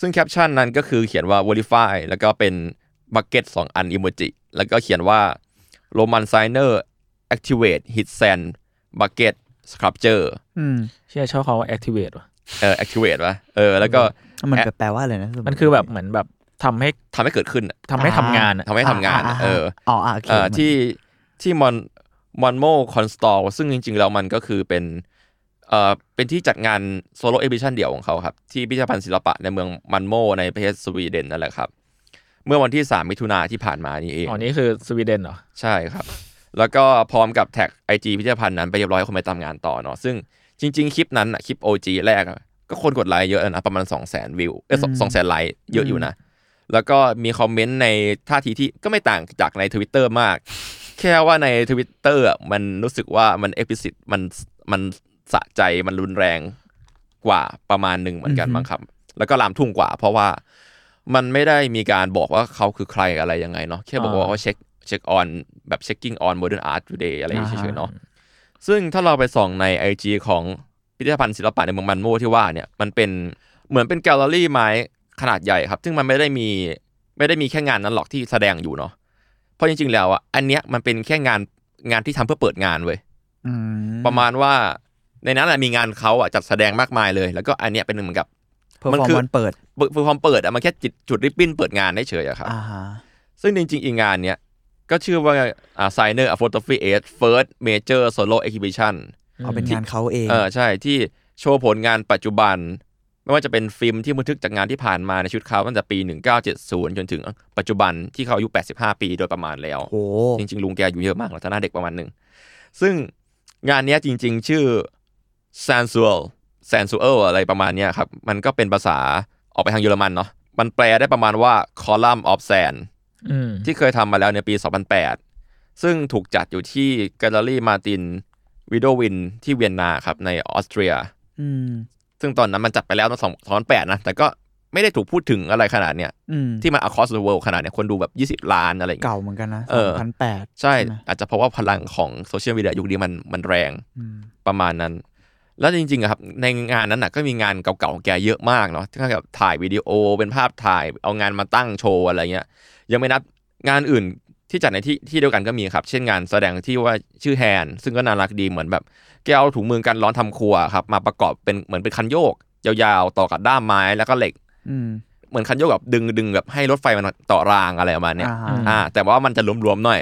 [SPEAKER 3] ซึ่งแคปชั่นนั้นก็คือเขียนว่า v o l i f y แล้วก็เป็นบักเก็ตสองอันอิโมจิแล้วก็เขียนว่า Roman Signer activate his sand bucket sculpture
[SPEAKER 4] อืม
[SPEAKER 2] เชื่อชอบเขาว่า activate ว่ะ
[SPEAKER 3] เออ activate วะเออแล้วก็
[SPEAKER 4] มัน
[SPEAKER 3] แอะ
[SPEAKER 4] แปลว่าอะไรนะ
[SPEAKER 2] มันคือแบบเหมือนแบบทำให้
[SPEAKER 3] ทำให้เกิดขึ้นอะ
[SPEAKER 2] ทำให้ทำงานอะ
[SPEAKER 3] ทำให้ทำงาน
[SPEAKER 4] อ่
[SPEAKER 3] เออ
[SPEAKER 4] อ๋ออ่ะโอเค
[SPEAKER 3] เอ่อที่ที่มอนมอนโมคอนสตอลซึ่งจริง ๆ แล้วมันก็คือเป็นเอ่อเป็นที่จัดงานโซโลเอ i ิชันเดี่ยวของเขาครับ ที่พิพิธภัณฑ์ศิลปะในเมืองมันโมในประเทศสวีเดนนั่นแหละครับ เมื่อวันที่ 3 มิถุนาที่ผ่านมานี่เอง
[SPEAKER 2] อ๋อนี่คือสวีเดนเหรอ
[SPEAKER 3] ใช่ครับ แล้วก็พร้อมกับแท็กไอจีพิพิธภัณฑ์นั้นไปเรียบร้อยให้คนไปตามงานต่อเนาะซึ่งจริง ๆ คลิปนั้นอะคลิป OG แรกอะก็คนกดไลค์เยอะนะประมาณ 2 0 0 0 0 0 วิวเออสองแสนไลค์เยอะอยู่นะ แล้วก็มีคอมเมนต์ในท่าทีที่ก็ไม่ต่างจากใน Twitter มาก แค่ว่าใน Twitter อะมันรู้สึกว่ามันเอพิสิทมันมัน สะใจมันรุนแรงกว่าประมาณหนึ่งเหมือนกัน
[SPEAKER 4] อือฮึ
[SPEAKER 3] มั้งครับ แล้วก็ลามทุ่งกว่า เพราะว่ามันไม่ได้มีการบอกว่าเขาคือใครอะไรยังไงเนาะแค่บอกว่า
[SPEAKER 2] อ่า
[SPEAKER 3] เขาเช็คเช็คออนแบบ checking on modern art today อะไรอย่างงี้เฉยๆเนาะ
[SPEAKER 2] อ่า
[SPEAKER 3] ซึ่งถ้าเราไปส่องใน IG ของพิพิธภัณฑ์ศิลปะในเมืองมันโมที่ว่าเนี่ยมันเป็นเหมือนเป็นแกลเลอรี่ไม้ขนาดใหญ่ครับ ซึ่งมันไม่ได้มีไม่ได้มีแค่งานนั้นหรอกที่แสดงอยู่เนาะเพราะจริงๆแล้วอ่ะอันเนี้ยมันเป็นแค่งานงานที่ทำเพื่อเปิดงานเว้ย
[SPEAKER 4] อื
[SPEAKER 3] ประมาณว่าในนั้นอะมีงานเขาอ่ะจัดแสดงมากมายเลย แล้วก็อันเนี้ยเป็นเหมือนกับ
[SPEAKER 4] เพอร์
[SPEAKER 3] มัน
[SPEAKER 4] ฟอร์
[SPEAKER 3] คือ
[SPEAKER 4] มนเปิด
[SPEAKER 3] คือความเปิดอ่ะมันแค่จุดจุดริบบิ้นเปิดงานได้เฉยอะครับ
[SPEAKER 4] อ่าฮะ
[SPEAKER 3] ซึ่งจริงๆ อีกงานเนี้ยก็ชื่อว่าอ่า Signer of Photography a First Major Solo Exhibition
[SPEAKER 4] เอาเป็นงานเขาเอง
[SPEAKER 3] เออใช่ที่โชว์ผลงานปัจจุบัน ไม่ว่าจะเป็นฟิล์มที่บันทึกจากงานที่ผ่านมาในชุดเขาตั้งแต่ปี 1970 จนถึงปัจจุบันที่เขาอายุ 85 ปีโดยประมาณแล้ว
[SPEAKER 4] โอ้
[SPEAKER 3] จริงๆ ลุงแกอายู่เยอะมากแล้วถ้าหน้าเด็กประมาณหนึ่ง ซึ่งงานเนี้ยจริงๆ ชื่อ sensual sensual อะไรประมาณเนี้ยครับ มันก็เป็นภาษาออกไปทางเยอรมันเนาะมันแปลได้ประมาณว่า column of sand
[SPEAKER 2] อืม
[SPEAKER 3] ที่เคยทำมาแล้วในปี 2008 ซึ่งถูกจัดอยู่ที่แกลเลอรี่มาตินวิโดวินที่เวียนนาครับในออสเตรีย
[SPEAKER 4] อืม
[SPEAKER 3] ซึ่งตอนนั้นมันจัดไปแล้วตอน 2008 นะ แต่ก็ไม่ได้ถูกพูดถึงอะไรขนาดเนี้ย
[SPEAKER 4] อืม
[SPEAKER 3] ที่มัน across the world ขนาดเนี้ยคนดูแบบ 20 ล้านอะไรอย่างเงี้ย
[SPEAKER 4] เก่าเหมือนกันนะ
[SPEAKER 3] เออ
[SPEAKER 4] สองพันแปด
[SPEAKER 3] ใช่
[SPEAKER 4] ไหม
[SPEAKER 3] อาจจะเพราะว่าพลังของโซเชียลมีเดียยุคนี้มันมันแรง
[SPEAKER 4] อืม
[SPEAKER 3] ประมาณนั้น แล้วจริงๆอะครับในงานนั้นน่ะก็มีงานเก่าๆของแกเยอะมากเนาะที่เขาแบบถ่ายวิดีโอเป็นภาพถ่ายเอางานมาตั้งโชว์อะไรเงี้ย ยังไม่นับงานอื่นที่จัดในที่ที่เดียวกันก็มีครับ เช่นงานแสดงที่ว่าชื่อแฮนซึ่งก็น่ารักดีเหมือนแบบ แกเอาถุงมือกันร้อนทำครัวครับมาประกอบเป็นเหมือนเป็นคันโยก ยาวๆต่อกับด้ามไม้แล้วก็เหล็ก
[SPEAKER 4] อืม
[SPEAKER 3] เหมือนคันโยกแบบดึงดึงแบบให้รถไฟมันต่อรางอะไรประมาณเนี้ย
[SPEAKER 4] อ่าฮะ
[SPEAKER 3] อ่าแต่ว่ามันจะหลวมๆหน่อย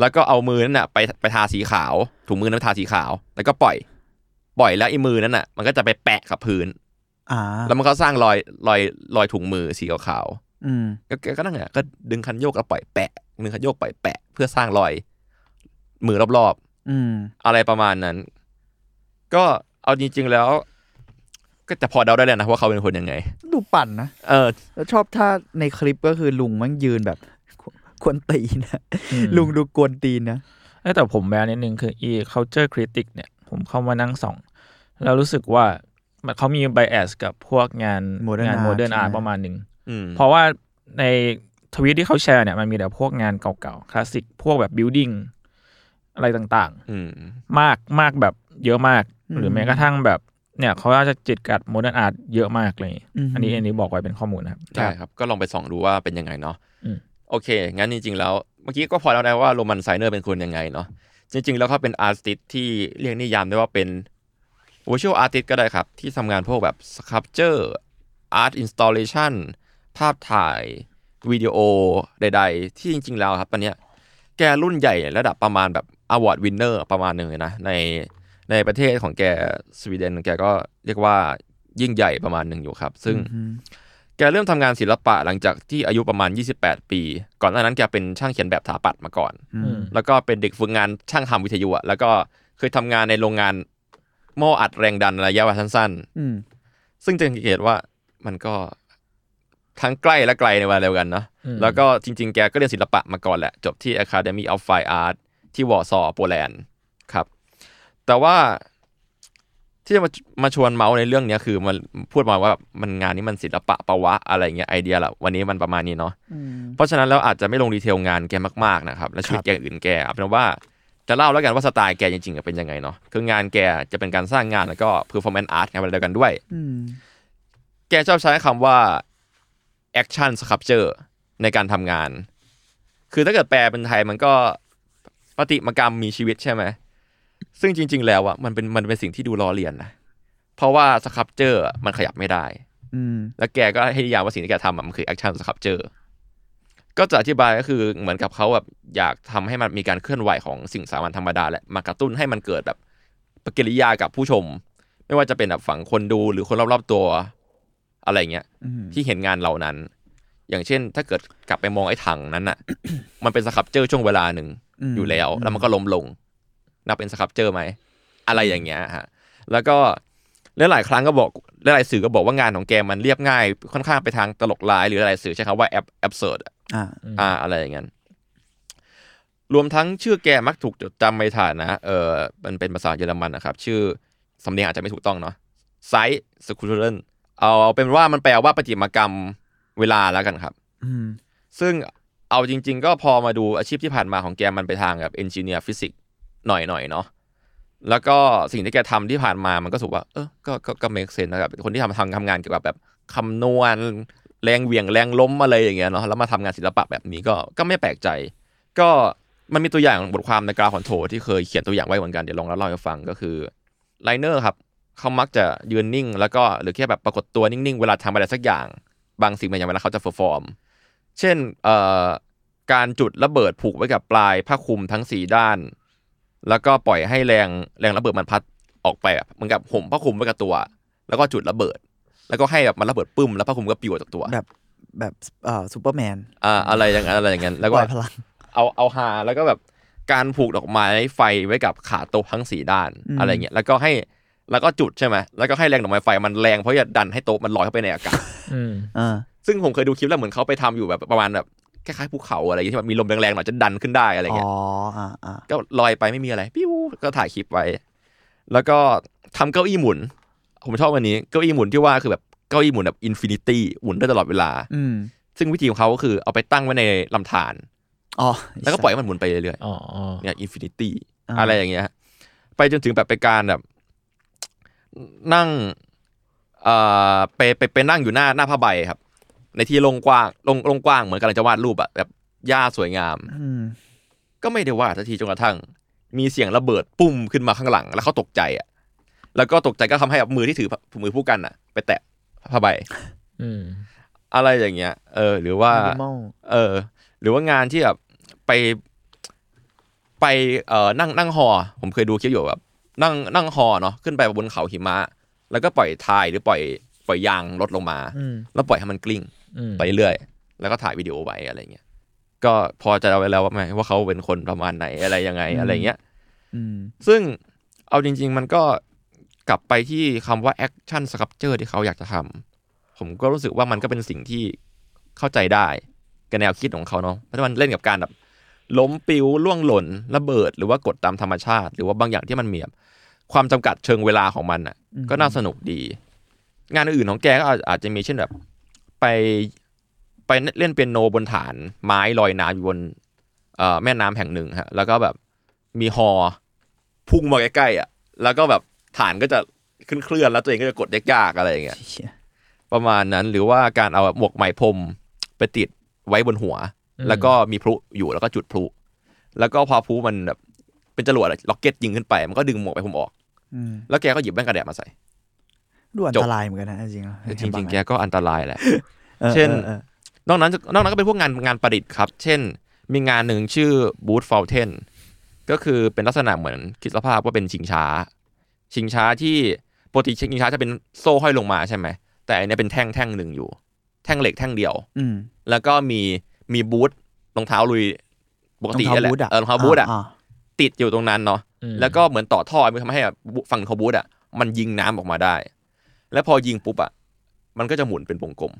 [SPEAKER 3] แล้วก็เอามือนั่นน่ะไปไปทาสีขาว ถุงมือนั้นไปทาสีขาว แล้วก็ปล่อย ปล่อยแล้วไอ้มือนั้นน่ะ มันก็จะไปแปะกับพื้น
[SPEAKER 4] อ่า
[SPEAKER 3] แล้วมันก็สร้างรอยรอยรอยถุงมือสีขาว
[SPEAKER 4] อืม
[SPEAKER 3] ๆก็ก็ก็นั่งอ่ะก็ดึงคันโยกแล้วปล่อยแปะดึงคันโยกปล่อยแปะเพื่อสร้างรอย มือรอบ
[SPEAKER 4] อืม
[SPEAKER 3] ๆ อะไรประมาณนั้น ก็เอาจริง ๆ แล้ว ก็จะพอเดาได้แล้วนะว่าเขาเป็นคนยังไง
[SPEAKER 4] ดูปั่นนะ
[SPEAKER 3] เออ
[SPEAKER 4] แล้วชอบถ้าในคลิปก็คือลุงมันยืนแบบกวกวนตีนนะ
[SPEAKER 2] อืม
[SPEAKER 4] ลุงดูกวนตีนนะ
[SPEAKER 2] เอ้ยแต่ผมแววนิดนึงคืออี culture critic เนี่ย ผมเข้ามานั่งส่อง แล้วรู้สึกว่ามันเขามี bias กับพวกงานงานโมเดิร์นอาร์ประมาณหนึ่ง
[SPEAKER 3] อืม
[SPEAKER 2] เพราะว่าในทวีตที่เขาแชร์เนี่ย มันมีแต่พวกงานเก่าๆ คลาสสิก พวกแบบ building อะไรต่าง
[SPEAKER 3] อืม
[SPEAKER 2] ๆ มากมากแบบเยอะมาก หรือแม้กระทั่งแบบ เนี่ยเขาอาจจะจิตกัดโมเดิร์นอาร์เยอะมากเลย อันนี้อันนี้บอกไว้เป็นข้อมูลนะครับ
[SPEAKER 3] ได้ครับ ก็ลองไปส่องดูว่าเป็นยังไงเนาะ
[SPEAKER 2] อืม
[SPEAKER 3] โอเค งั้นจริง ๆ แล้วเมื่อกี้ก็พอแล้วนะว่าโรมันไซเนอร์เป็นคนยังไงเนาะจริง ๆ แล้วเขาเป็นอาร์ติสที่เรียกนิยามได้ว่าเป็น virtual artist ก็ได้ครับ ที่ทำงานพวกแบบ sculpture art installation ภาพถ่ายวิดีโอใด ๆ ที่จริง ๆ แล้วครับตอนเนี้ยแกรุ่นใหญ่ระดับประมาณแบบ award winner ประมาณหนึ่งเลยนะในในประเทศของแกสวีเดนแกก็เรียกว่ายิ่งใหญ่ประมาณหนึ่งอยู่ครับ ซึ่ง แกเริ่มทำงานศิลปะหลังจากที่อายุประมาณ 28 ปี ก่อนหน้านั้นแกเป็นช่างเขียนแบบสถาปัตย์มาก่อน
[SPEAKER 4] อืม
[SPEAKER 3] แล้วก็เป็นเด็กฝึกงานช่างทำวิทยุอะแล้วก็เคยทำงานในโรงงานหม้ออัดแรงดันระยะเวลาสั้น
[SPEAKER 4] อืม
[SPEAKER 3] ๆ ซึ่งจะสังเกตว่ามันก็ทั้งใกล้และไกลในเวลาเดียวกันเนาะ
[SPEAKER 2] อืม
[SPEAKER 3] แล้วก็จริงๆ แกก็เรียนศิลปะมาก่อนแหละ จบที่ Academy of Fine Art ที่วอร์ซอโปแลนด์ครับ แต่ว่าที่จะมามาชวนเมาส์ในเรื่องเนี้ยคือมันพูดมาว่าแบบมันงานนี้มันศิลปะปะวะอะไรเงี้ยไอเดียละวันนี้มันประมาณนี้เนาะ
[SPEAKER 4] อืม
[SPEAKER 3] เพราะฉะนั้นแล้วอาจจะไม่ลงดีเทลงานแกมากๆนะครับ และชีวิต
[SPEAKER 4] ครับ
[SPEAKER 3] แกอื่นแกเอาเป็นว่าจะเล่าแล้วกันว่าสไตล์แกจริงๆอะเป็นยังไงเนาะคืองานแกจะเป็นการสร้างงานแล้วก็ performance art งานอะไรเดียวกันด้วย
[SPEAKER 4] อืม
[SPEAKER 3] แกชอบใช้คำว่า action sculpture ในการทำงาน คือถ้าเกิดแปลเป็นไทยมันก็ปฏิมากรรมมีชีวิตใช่ไหม ซึ่งจริง ๆ แล้วอะมันเป็นมันเป็นสิ่งที่ดูล้อเลียนนะ เพราะว่า sculpture อะมันขยับไม่ได้
[SPEAKER 4] อืม
[SPEAKER 3] แล้วแกก็ให้นิยามว่าสิ่งที่แกทำอะมันคือ action sculpture ก็จะอธิบายก็คือเหมือนกับเขาแบบอยากทำให้มันมีการเคลื่อนไหวของสิ่งสามัญธรรมดาแหละมากระตุ้นให้มันเกิดแบบปฏิกิริยากับผู้ชม ไม่ว่าจะเป็นแบบฝั่งคนดูหรือคนรอบๆตัวอะไรเงี้ย
[SPEAKER 4] อืม
[SPEAKER 3] ที่เห็นงานเหล่านั้น อย่างเช่น ถ้าเกิดกลับไปมองไอ้ถังนั้นน่ะ มันเป็นสครับเจอร์ช่วงเวลาหนึ่ง
[SPEAKER 4] ม
[SPEAKER 3] อยู่แล้ว แล้วมันก็ล้มลง นับเป็นสครับเจอร์ไหม อะไรอย่างเงี้ยฮะ แล้วก็หลายๆครั้งก็บอกหลายๆสื่อก็บอกว่างานของแกมันเรียบง่าย ค่อนข้างไปทางตลกร้ายหรือหลายๆสื่อใช้คำว่าแอบแอบเสิร์
[SPEAKER 4] อ่า
[SPEAKER 3] อ่าอะไรอย่างนั้น รวมทั้งชื่อแกมักถูกจดจำในฐานะเออมันเป็นภาษาเยอรมันนะครับ ชื่อ สำเนียงอาจจะไม่ถูกต้องเนาะไซส์สคูเทอร์เอาเอาเป็นว่ามันแปลว่าประติมากรรมเวลาแล้วกันครับ
[SPEAKER 2] อืม
[SPEAKER 3] ซึ่งเอาจริง ๆ ก็พอมาดูอาชีพที่ผ่านมาของแกมันไปทางแบบเอนจิเนียร์ฟิสิกส์หน่อยๆเนาะแล้วก็สิ่งที่แกทำที่ผ่านมามันก็รู้สุว่า เออก็ก็ก็เมคเซนนะครับคนที่ทำทำทำงานเกี่ยวกับแบบคำนวณแรงเหวี่ยงแรงล้มอะไรอย่างเงี้ยเนาะแล้วมาทำงานศิลปะแบบนี้ก็ก็ไม่แปลกใจ ก็มันมีตัวอย่างบทความในกราฟคอนโทรที่เคยเขียนตัวอย่างไว้เหมือนกันเดี๋ยวลองเล่าให้ฟังก็คือไลเนอร์ครับเขามักจะยืนนิ่ง แล้วก็หรือแค่แบบปรากฏตัวนิ่งๆเวลาทำอะไรสักอย่าง บางสิ่งบางอย่างเวลาเขาจะเฟอร์ฟอร์ม เช่นเอ่อการจุดระเบิดผูกไว้กับปลายผ้าคลุมทั้งสีด้าน แล้วก็ปล่อยให้แรงแรงระเบิดมันพัดออกไปแบบเหมือนกับห่มผ้าคลุมไว้กับตัว แล้วก็จุดระเบิด แล้วก็ให้แบบมันระเบิดปึ้มแล้วผ้าคลุมก็ปลิวออกจากตัว
[SPEAKER 4] แบบแบบเอ่อซูเปอร์แมน
[SPEAKER 3] อ่าอะไรอย่างนั้นอะไรอย่างนั้นแล้วก็
[SPEAKER 4] ปล่อยพลัง
[SPEAKER 3] เอาเอาหาแล้วก็แบบการผูกดอกไม้ไฟไว้กับขาโต๊ะทั้งสีด้าน
[SPEAKER 4] อืม
[SPEAKER 3] อะไรเงี้ยแล้วก็ให้แล้วก็จุดใช่ไหมแล้วก็ให้แรงดอกไม้ไฟมันแรงเพราะจะดันให้โต๊ะมันลอยเข้าไปในอากาศ
[SPEAKER 2] อืม
[SPEAKER 4] อ่า
[SPEAKER 3] ซึ่งผมเคยดูคลิปแล้วเหมือนเขาไปทำอยู่แบบประมาณแบบคล้ายๆภูเขาอะไรอย่างเงี้ยที่มันมีลมแรงๆหน่อยจะดันขึ้นได้อะไร
[SPEAKER 4] อ๋
[SPEAKER 3] เงี้ย
[SPEAKER 4] ออ่าอ่า
[SPEAKER 3] ก็ลอยไปไม่มีอะไรปิ้วก็ถ่ายคลิปไว้ แล้วก็ทำเก้าอี้หมุน ผมชอบอันนี้เก้าอี้หมุนที่ว่าคือแบบเก้าอี้หมุนแบบอินฟินิตี้หมุนได้ตลอดเวลา
[SPEAKER 4] อืม
[SPEAKER 3] ซึ่งวิธีของเขาก็คือเอาไปตั้งไว้ในลำธาร
[SPEAKER 4] อ๋อ
[SPEAKER 3] แล้วก็ปล่อยให้มันหมุนไปเรื่อย
[SPEAKER 2] อ๋ออ๋อ
[SPEAKER 3] ๆเนี่ยอินฟินิตี้
[SPEAKER 4] อ่า
[SPEAKER 3] อะไรอย่างเงี้ยฮะไปจนถึงแบบไปนการแบบนั่งเอ่อไปไปไปนั่งอยู่หน้าหน้าผ้าใบครับ ในที่โลงกว้างโลงโลงกว้างเหมือนกำลังจะวาดรูปอะแบบหญ้าสวยงาม
[SPEAKER 4] อืม
[SPEAKER 3] ก็ไม่ได้ว่าสักทีจนกระทั่ง มีเสียงระเบิดปุ้มขึ้นมาข้างหลัง แล้วเขาตกใจอ่ะแล้วก็ตกใจก็ทำให้แบบมือที่ถือมือผู้กันอ่ะ ไปแตะผ้าใบ
[SPEAKER 2] อืม
[SPEAKER 3] อะไรอย่างเงี้ย เออ หรือว่า
[SPEAKER 4] มินิมอล
[SPEAKER 3] เออ หรือว่างานที่แบบไปไปเอ่อนั่งนั่งหอ ผมเคยดูคลิปอยู่แบบนั่งนั่งหอเนาะขึ้นไปบนเขาหิมะ แล้วก็ปล่อยทายหรือปล่อยปล่อยยางรถลงมา
[SPEAKER 2] อืม
[SPEAKER 3] แล้วปล่อยให้มันกลิ้ง
[SPEAKER 2] อืม
[SPEAKER 3] ไปเรื่อยๆแล้วก็ถ่ายวิดีโอไว้อะไรเงี้ย ก็พอจะเดาไว้แล้วว่าไหมว่าเขาเป็นคนประมาณไหนอะไรยังไงอะไรเงี้ย
[SPEAKER 4] อืม
[SPEAKER 3] ซึ่งเอาจริง ๆ มันก็กลับไปที่คำว่าแอคชั่นสครับเจอร์ที่เขาอยากจะทำผมก็รู้สึกว่ามันก็เป็นสิ่งที่เข้าใจได้กับแนวคิดของเขาเนาะเพราะมันเล่นกับการแบบล้มปิวล่วงหล่นระเบิด หรือว่ากดตามธรรมชาติ หรือว่าบางอย่างที่มันมีแบบความจำกัดเชิงเวลาของมันอ่ะ ก็น่าสนุกดี งานอื่นๆของแกก็อาจอาจจะมีเช่นแบบ ไปไปเล่นเปียโนบนฐานไม้ลอยน้ำอยู่บนเอ่อแม่น้ำแห่งหนึ่งฮะแล้วก็แบบมีฮอ พุ่งมาใกล้ๆอ่ะ แล้วก็แบบฐานก็จะขึ้นเคลื่อนๆแล้วตัวเองก็จะกดยากๆอะไรอย่างเงี้ย
[SPEAKER 4] เชี่ย
[SPEAKER 3] ประมาณนั้นหรือว่าการเอาหมวกไหมพรมไปติดไว้บนหัว แล้วก็มีพลุอยู่แล้วก็จุดพลุ แล้วก็พอพลุมันแบบเป็นจรวดอะล็อกเก็ตยิงขึ้นไป มันก็ดึงหมวกไหมพรมออก
[SPEAKER 4] อืม
[SPEAKER 3] แล้วแกก็หยิบแว่นกระแดดมาใส่
[SPEAKER 4] ดูอัน
[SPEAKER 3] จบ
[SPEAKER 4] ตรายเหมือนกันนะจริงๆแล้ว
[SPEAKER 3] จริงๆแกก็อันตรายแหละ
[SPEAKER 4] ออ
[SPEAKER 3] เช่น
[SPEAKER 4] ออออน
[SPEAKER 3] อกนั้นนอกนั้นก็เป็นพวกงานงานประดิษฐ์ครับ เช่น มีงานหนึ่งชื่อบูธฟ u เทนก็คือเป็นลักษณะเหมือนคิดสภาพว่าเป็นชิงช้า ชิงช้าที่ปกติชิงช้าจะเป็นโซ่ห้อยลงมาใช่ไหม แต่อันเนี้ยเป็นแท่งแท่งหนึ่งอยู่ แท่งเหล็กแท่งเดียว
[SPEAKER 4] อืม
[SPEAKER 3] แล้วก็มีมีบูธรองเท้าลุยปกติ
[SPEAKER 4] รอง
[SPEAKER 3] นั่นแห
[SPEAKER 4] เท้า
[SPEAKER 3] ละ
[SPEAKER 4] บูทอ่ะ
[SPEAKER 3] เออรองเท้าบูทอ่ะ
[SPEAKER 4] อ่า
[SPEAKER 3] ติดอยู่ตรงนั้นเนาะ
[SPEAKER 2] อืม
[SPEAKER 3] แล้วก็เหมือนต่อท่อมันทำให้แบบฝั่งของบูธอ่ะมันยิงน้ำออกมาได้ แล้วพอยิงปุ๊บอ่ะมันก็จะหมุนเป็นวงกลม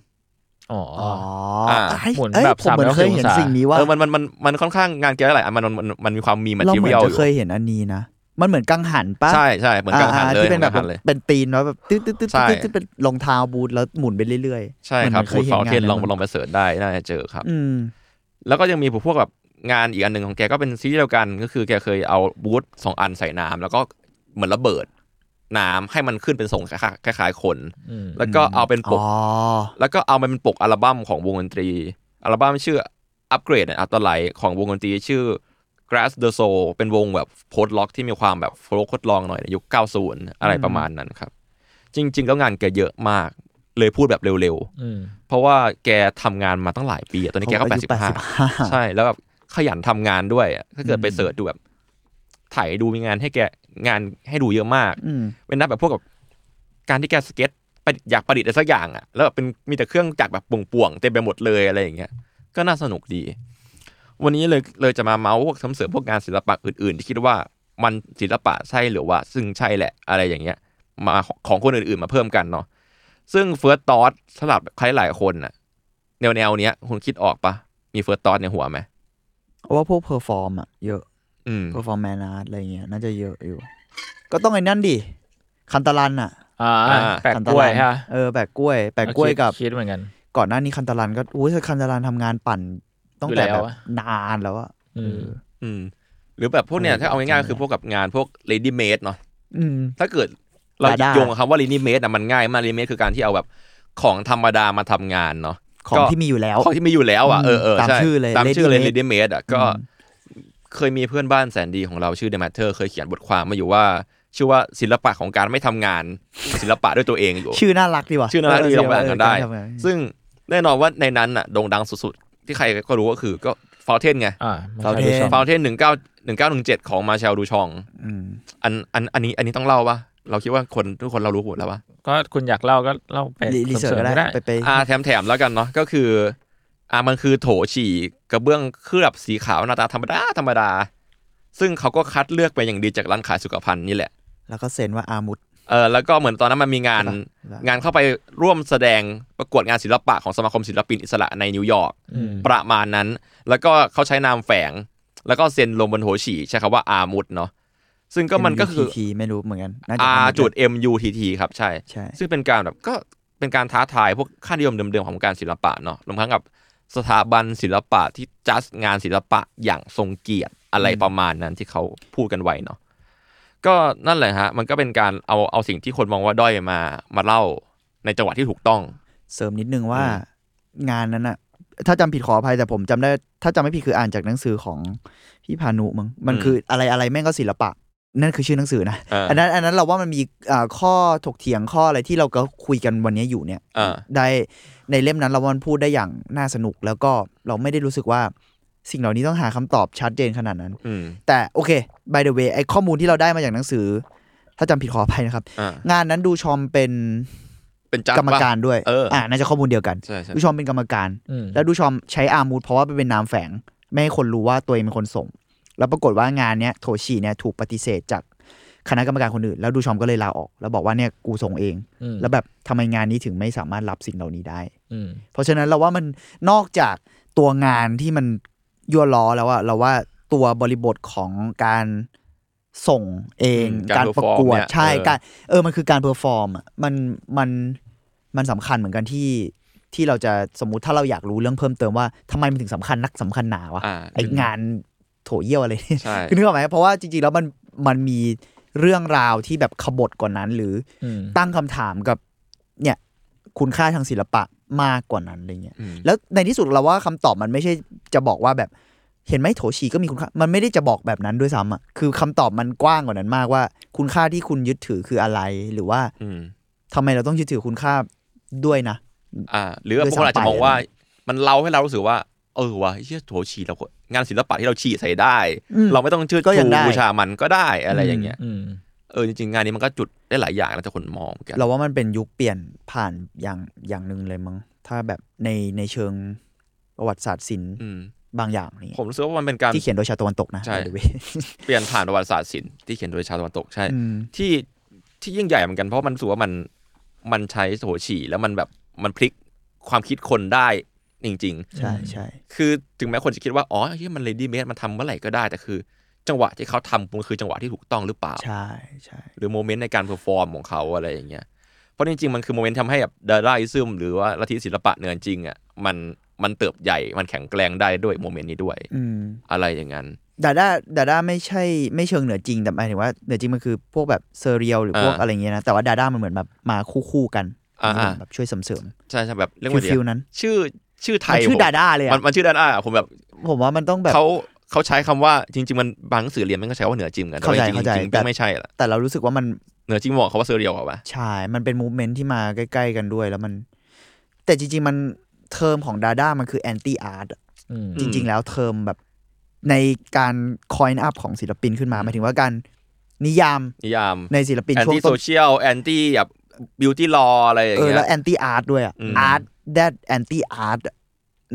[SPEAKER 2] อ๋อ
[SPEAKER 4] อ๋
[SPEAKER 2] อ๋
[SPEAKER 4] อ
[SPEAKER 2] อ
[SPEAKER 4] อ่า
[SPEAKER 3] อ่า
[SPEAKER 4] เฮ้ย
[SPEAKER 2] หมุน
[SPEAKER 4] เอ้ย
[SPEAKER 2] แบบ
[SPEAKER 4] ผมเหมือนเคยเห็น
[SPEAKER 2] 360
[SPEAKER 4] สิ่งนี้ว่า
[SPEAKER 3] เออมันมันมันมันค่อนข้างงานแกหลายอันมันมันมันมีความมีมัน
[SPEAKER 4] เรา
[SPEAKER 3] ที
[SPEAKER 4] เหมือ
[SPEAKER 3] เรี
[SPEAKER 4] น
[SPEAKER 3] ยล
[SPEAKER 4] จะเคยเห็นอันนี้นะ มันเหมือนกังหันปะ
[SPEAKER 3] ใช่ใช่เหมือนกังหัน
[SPEAKER 4] อ่า
[SPEAKER 3] เลย
[SPEAKER 4] ที่เป็นแบบ
[SPEAKER 3] หมือกังหันเลย
[SPEAKER 4] เป็นตีนแล้วแบบตึ๊ดตึ๊ดตึ๊ด
[SPEAKER 3] ใช่
[SPEAKER 4] ตึ๊ดตึ๊ดเป็นรองเท้าบูทแล้วหมุนไปเรื่อย
[SPEAKER 3] ใช่ครับ
[SPEAKER 4] มันเค
[SPEAKER 3] พู
[SPEAKER 4] ย
[SPEAKER 3] ด
[SPEAKER 4] เห็น
[SPEAKER 3] เฟาเทน
[SPEAKER 4] งาน
[SPEAKER 3] ลอง
[SPEAKER 4] นั้น
[SPEAKER 3] ลองไปเสิร์ชได้น่าจะเจอครับ
[SPEAKER 4] ๆ อืม
[SPEAKER 3] แล้วก็ยังมีพวกแบบงานอีกอันหนึ่งของแกก็เป็นซีรีส์เดียวกันก็คือแกเคยเอาบูธสองอันใส่น้ำแล้วก็เหมือนระเบิดน้ำให้มันขึ้นเป็นทรงคล้ายๆคล้ายๆคน
[SPEAKER 2] อืม
[SPEAKER 3] แล้วก็เอาเป็นป
[SPEAKER 4] อ๋
[SPEAKER 3] ก
[SPEAKER 4] อ
[SPEAKER 3] แล้วก็เอามันเป็นปกอัลบั้มของวงดนตรี อัลบั้มชื่ออัปเกรดอัตไลของวงดนตรีชื่อ Grass the Soul เป็นวงแบบโพสต์ล็อกที่มีความแบบโฟล์คดลองหน่อยในยุค 90 อะไรประมาณนั้นครับ จริง ๆ แล้วงานแกเยอะมาก เลยพูดแบบเร็ว
[SPEAKER 2] อืม
[SPEAKER 3] ๆ เพราะว่าแกทำงานมาตั้งหลายปีอะตอนนี้แกก็
[SPEAKER 4] อายุ
[SPEAKER 3] 85 ใช่ แล้วแบบขยันทำงานด้วยอะถ้าเกิดไปเสิร์ชดูแบบไถ่ายดูมีงานให้แกงานให้ดูเยอะมาก
[SPEAKER 4] อืม
[SPEAKER 3] เป็นนับแบบพวกกับการที่แกสเก็ตประดิษฐ์อยากประดิษฐ์อะไรสักอย่างอ่ะ แล้วแบบเป็นมีแต่เครื่องจักรแบบป่วงๆเต็มไปหมดเลยอะไรอย่างเงี้ยก็น่าสนุกดี วันนี้เลยเลยจะมาเมาส์พวกคำเสริมพวกงานศิลปะอื่นๆ ที่คิดว่ามันศิลปะใช่หรือว่า ซึ่งใช่แหละอะไรอย่างเงี้ย มาของของคนอื่นๆมาเพิ่มกันเนาะซึ่งเฟิร์สตอสสลับใครหลายคนน่ะแนวแนวๆเนี้ยคุณคิดออกปะมีเฟิร์สตอสในหัวไหม
[SPEAKER 4] ว่าพวกเพอร์ฟอร์มอะเยอะ
[SPEAKER 3] อืม
[SPEAKER 4] เพอร์ฟอร์แมนอาร์ตอะไรเงี้ยน่าจะเยอะอยู่ ก็ต้องไอ้นั่นดิ คันตาลันอ่ะ
[SPEAKER 2] อ่า
[SPEAKER 3] อ่า
[SPEAKER 2] แปลก
[SPEAKER 4] คัน
[SPEAKER 2] กล้วยฮะ
[SPEAKER 4] เออแปลกกล้วยแปลกกล้วย
[SPEAKER 2] คิด
[SPEAKER 4] กับ
[SPEAKER 2] คิดเหมือนกัน
[SPEAKER 4] ก่อนหน้านี้คันตาลันก็อุ้ยคันตาลันทำงานปั่นตั้งแต่
[SPEAKER 2] อยู่
[SPEAKER 4] แบ
[SPEAKER 2] แล้ว
[SPEAKER 4] บ
[SPEAKER 2] อะ
[SPEAKER 4] นานแล้วอะ
[SPEAKER 2] อืม
[SPEAKER 3] อืมหรือแบบพวกเนี่ยถ้าเอาง่ายๆ
[SPEAKER 4] จำไม่
[SPEAKER 3] คือพวกกับงานพวก lady made เนาะ
[SPEAKER 4] อืม
[SPEAKER 3] ถ้าเกิดเรา
[SPEAKER 4] ดาด้า
[SPEAKER 3] โยงกับคำว่า lady made นะมันง่ายมาก lady made คือการที่เอาแบบของธรรมดามาทำงานเนาะ
[SPEAKER 4] ของ
[SPEAKER 3] ก็
[SPEAKER 4] ที่มีอยู่แล้ว
[SPEAKER 3] ของที่มีอยู่แล้วอ่ะเออเออ
[SPEAKER 4] ตาม
[SPEAKER 3] ใช่
[SPEAKER 4] ชื่อเลย
[SPEAKER 3] ตามชื่อเลย
[SPEAKER 4] Lady
[SPEAKER 3] lady made อ่ะก็เคยมีเพื่อนบ้านแสนดีของเราชื่อ the matter เคยเขียนบทความมาอยู่ว่า ชื่อว่าศิลปะของการไม่ทำงาน ศิลปะด้วยตัวเองอยู่
[SPEAKER 4] ชื่อน่ารักดีว่ะ
[SPEAKER 3] ชื่อน่ารักดีลองไปอ่านกันได้
[SPEAKER 4] เออการทำงาน
[SPEAKER 3] ซึ่งแน่นอนว่าในนั้นอ่ะโด่งดังสุดๆ ที่ใครก็รู้ก็คือก็ฟาวเทนไง
[SPEAKER 2] อ่ามัน
[SPEAKER 4] เรา
[SPEAKER 2] ใช้
[SPEAKER 4] เท
[SPEAKER 2] ดูช่อง
[SPEAKER 3] ฟาวเทนหนึ่งเก้าหนึ่งเก้าหนึ่งเจ็ดของมาเชลดูชอง
[SPEAKER 4] อืม
[SPEAKER 3] อันอันอันนี้อันนี้ต้องเล่าปะเราคิดว่าคนทุกคนเรารู้หมดแล้วปะ
[SPEAKER 2] ก็คุณอยากเล่าก็เล่าไป
[SPEAKER 4] รีรีเสิร์ชก็ได้ไปไป
[SPEAKER 3] อ่าแถมแถมๆแล้วกันเนาะก็คืออ่ามันคือโถฉี่กระเบื้องเคลือบสีขาวหน้าตาธรรมดาธรรมดา ซึ่งเขาก็คัดเลือกไปอย่างดีจากร้านขายสุขภัณฑ์นี่แหละ
[SPEAKER 4] แล้วก็เซ็นว่าอามุด
[SPEAKER 3] เออแล้วก็เหมือนตอนนั้นมันมีงาน
[SPEAKER 4] ใช่ปะ
[SPEAKER 3] งานเข้าไปร่วมแสดงประกวดงานศิลปะของสมาคมศิลปินอิสระในนิวยอร์ก
[SPEAKER 2] อืม
[SPEAKER 3] ประมาณนั้น แล้วก็เขาใช้นามแฝง แล้วก็เซ็นลงบนโหฉี่ใช้คำว่าอามุดเนาะ ซึ่งก็มันก็คือ
[SPEAKER 4] MUTT ไม่รู้เหมือนกันน่า
[SPEAKER 3] R
[SPEAKER 4] จะอามุ
[SPEAKER 3] จุด M U T T ครับใช่
[SPEAKER 4] ใช่
[SPEAKER 3] ซึ่งเป็นการแบบก็เป็นการท้าทายพวกค่านิยมเดิมๆของการศิลปะเนาะรวมทั้งกับสถาบันศิลปะที่จัดงานศิลปะอย่างทรงเกียรติอะไรประมาณนั้นที่เขาพูดกันไว้เนาะ ก็นั่นแหละฮะ มันก็เป็นการเอาเอาสิ่งที่คนมองว่าด้อยมามาเล่าในจังหวะที่ถูกต้อง
[SPEAKER 4] เสริมนิดนึงว่า งานนั้นอะถ้าจำผิดขออภัยแต่ผมจำได้ ถ้าจำไม่ผิดคืออ่านจากหนังสือของพี่พานุมั้งมัน
[SPEAKER 3] อืม
[SPEAKER 4] คืออะไรอะไรแม่งก็ศิลปะ นั่นคือชื่อหนังสือนะ
[SPEAKER 3] เออ
[SPEAKER 4] อันนั้นอันนั้นเราว่ามันมีอ่าข้อถกเถียงข้ออะไรที่เราก็คุยกันวันนี้อยู่เนี่ย
[SPEAKER 3] เออ
[SPEAKER 4] ได้ในเล่มนั้นเราว่ามันพูดได้อย่างน่าสนุก แล้วก็เราไม่ได้รู้สึกว่าสิ่งเหล่านี้ต้องหาคำตอบชัดเจนขนาดนั้น
[SPEAKER 3] อืม
[SPEAKER 4] แต่โอเค by the way ไอข้อมูลที่เราได้มาจากหนังสือ ถ้าจำผิดขออภัยนะครับ
[SPEAKER 3] อ่าง
[SPEAKER 4] านนั้นดูชอมเป็น
[SPEAKER 3] เป็นจัด
[SPEAKER 4] กรรม
[SPEAKER 3] ปะ
[SPEAKER 4] การด้วย
[SPEAKER 3] เอออ่
[SPEAKER 4] น่าจะข้อมูลเดียวกัน
[SPEAKER 3] ใช่ใช่
[SPEAKER 4] ดูชอมเป็นกรรมการ
[SPEAKER 2] อืม
[SPEAKER 4] แล้วดูชอมใช้อาร์มูดเพราะว่าเป็นนามแฝง ไม่ให้คนรู้ว่าตัวเองเป็นคนส่ง แล้วปรากฏว่างานเนี้ยโถชีเนี่ยถูกปฏิเสธจากคณะกรรมการคนอื่น แล้วดูชอมก็เลยลาออก แล้วบอกว่าเนี่ยกูส่งเอง
[SPEAKER 2] อืม
[SPEAKER 4] แล้วแบบทำไมงานนี้ถึงไม่สามารถรับสิ่งเหล่านี้ได้
[SPEAKER 2] อืม
[SPEAKER 4] เพราะฉะนั้นเราว่ามันนอกจากตัวงานที่มันยั่วล้อแล้วอะเราว่าตัวบริบทของการส่งเองการประกวดใช่การเออมันคือการเพอร์ฟอร์มอะมันมันมันสำคัญเหมือนกันที่ที่เราจะสมมุติถ้าเราอยากรู้เรื่องเพิ่มเติมว่าทำไมมันถึงสำคัญนักสำคัญหนาวะ
[SPEAKER 3] อ่า
[SPEAKER 4] ไองานโถเยี่ยวอะไรเนี่ย
[SPEAKER 3] ใช่
[SPEAKER 4] คือนึกออกไหมเพราะว่าจริงๆแล้วมันมันมีเรื่องราวที่แบบขบฏกว่านั้นหรือ
[SPEAKER 2] อืม
[SPEAKER 4] ตั้งคำถามกับเนี่ยคุณค่าทางศิลปะมากกว่านั้นอะไรเงี้ย
[SPEAKER 3] อืม
[SPEAKER 4] แล้วในที่สุดเราว่าคำตอบมันไม่ใช่จะบอกว่าแบบเห็นไหมโถฉีก็มีคุณค่ามันไม่ได้จะบอกแบบนั้นด้วยซ้ำอ่ะคือคำตอบมันกว้างกว่านั้นมากว่า คุณค่าที่คุณยึดถือคืออะไร หรือว่า
[SPEAKER 3] อืม
[SPEAKER 4] ทำไมเราต้องยึดถือคุณค่าด้วยนะ
[SPEAKER 3] อ่าหรือว่า
[SPEAKER 4] ด้วย
[SPEAKER 3] บางคนอาจ
[SPEAKER 4] ซ้ำ
[SPEAKER 3] จะ
[SPEAKER 4] ไป
[SPEAKER 3] มองว่า
[SPEAKER 4] อะไรเงี้ย
[SPEAKER 3] มันเล่าให้เรารู้สึกว่า เออว่ะไอ้เชี่ยโถฉี่เราก็งานศิลปะที่เราฉี่ใส่ได้
[SPEAKER 4] อืม
[SPEAKER 3] เราไม่ต้องเชื่อ
[SPEAKER 4] ก็ยังได้
[SPEAKER 3] บูชามันก็ได้อะไรอย่างเงี้ย
[SPEAKER 2] อืม
[SPEAKER 3] เออจริงๆงานนี้มันก็จุดได้หลายอย่างนะแต่คนมองเหมือนกัน
[SPEAKER 4] เราว่ามันเป็นยุคเปลี่ยนผ่านอย่างอย่างหนึ่งเลยมั้งถ้าแบบในในเชิงประวัติศาสตร์ศิลป์
[SPEAKER 3] อืม
[SPEAKER 4] บางอย่างอะไร
[SPEAKER 3] ผ
[SPEAKER 4] เงี้ย
[SPEAKER 3] มรู้สึกว่ามันเป็นการ
[SPEAKER 4] ที่เขียนโดยชาวตะวันตกนะ
[SPEAKER 3] ใช่
[SPEAKER 4] by the way
[SPEAKER 3] เปลี่ยนผ่านประวัติศาสตร์ศิลป์ที่เขียนโดยชาวตะวันตกใช่
[SPEAKER 4] อืม
[SPEAKER 3] ที่ที่ยิ่งใหญ่เหมือนกันเพราะมันรู้สึกว่ามันมันใช้โถฉี่แล้วมันแบบมันพลิกความคิดคนได้จริง ๆ
[SPEAKER 4] ใช่ใช่
[SPEAKER 3] คือถึงแม้คนจะคิดว่า อ๋อเฮ้ยมันเลดี้เมดมันทำเมื่อไหร่ก็ได้ แต่คือ จังหวะที่เขาทำมันคือจังหวะที่ถูกต้องหรือเปล่า
[SPEAKER 4] ใช่ใช่
[SPEAKER 3] หรือโมเมนต์ในการเพอร์ฟอร์มของเขาอะไรอย่างเงี้ย เพราะจริงๆ มันคือโมเมนต์ทำให้แบบดาราอิซึมหรือว่าลัทธิศิลปะเหนือจริงอ่ะมันมันเติบใหญ่มันแข็งแกร่งได้ด้วยโมเมนต์นี้ด้วย
[SPEAKER 4] อืม
[SPEAKER 3] อะไรอย่างนั้น
[SPEAKER 4] ดาด้าดาด้าไม่ใช่ไม่เชิงเหนือจริงแต่หมายถึงว่าเหนือจริงมันคือพวกแบบเซเรียลหรือพวก
[SPEAKER 3] อ่า
[SPEAKER 4] อะไรเงี้ยนะ แต่ว่าดาด้ามันเหมือนแบบมาคู่คู่ๆกัน
[SPEAKER 3] อ่าอ่า
[SPEAKER 4] แบบช่วยเสริมเสริม
[SPEAKER 3] ใช่ใช่แบบเรื่อง
[SPEAKER 4] ฟิ
[SPEAKER 3] ว่า
[SPEAKER 4] ล
[SPEAKER 3] เดีย
[SPEAKER 4] ฟิล
[SPEAKER 3] ว
[SPEAKER 4] นั้น
[SPEAKER 3] ชื่อชื่อไท
[SPEAKER 4] มัน
[SPEAKER 3] ย
[SPEAKER 4] ชื่อ
[SPEAKER 3] ผม
[SPEAKER 4] ดาด้าเลยอะ
[SPEAKER 3] มันมันชื่อดาด้าผมแบบ
[SPEAKER 4] ผมว่ามันต้องแบบ
[SPEAKER 3] เขาเขาใช้คำว่าจริง ๆ มันบางหนังสื่อเรียนมันก็ใช้ว่าเหนือจริงกันแต่
[SPEAKER 4] เข้าใจ
[SPEAKER 3] ว่าจริง
[SPEAKER 4] เข้าใจ
[SPEAKER 3] ๆจริงๆ
[SPEAKER 4] แต่
[SPEAKER 3] ก็ไม่ใช่ละ
[SPEAKER 4] แต่เรารู้สึกว่ามัน
[SPEAKER 3] เหนือจริงเหมาะเขาว่าเซอร์เรียลเหรอวะ
[SPEAKER 4] ใช่มันเป็นมูฟเมนท์ที่มาใกล้ ๆ กันด้วยแล้วมัน แต่จริง ๆ มันเทอมของดาด้ามันคือแอนตี้อาร์ต
[SPEAKER 2] อืม
[SPEAKER 4] จริง ๆ แล้วเทอมแบบในการคอยน์อัพของศิลปินขึ้นมาหมายถึงว่าการนิยาม
[SPEAKER 3] นิยาม
[SPEAKER 4] ในศิลปิน
[SPEAKER 3] แอน
[SPEAKER 4] ช่วง
[SPEAKER 3] ตี้
[SPEAKER 4] ต้
[SPEAKER 3] โซ
[SPEAKER 4] น
[SPEAKER 3] เชียลแอนตี้แบบบิวตี้ลออะไรอย่าง
[SPEAKER 4] เออ
[SPEAKER 3] เงี้
[SPEAKER 4] แล้ว
[SPEAKER 3] ย
[SPEAKER 4] แอนตี้อาร์ตด้วยอ่ะ
[SPEAKER 3] อืม
[SPEAKER 4] อาร์ต that แอนตี้อาร์ต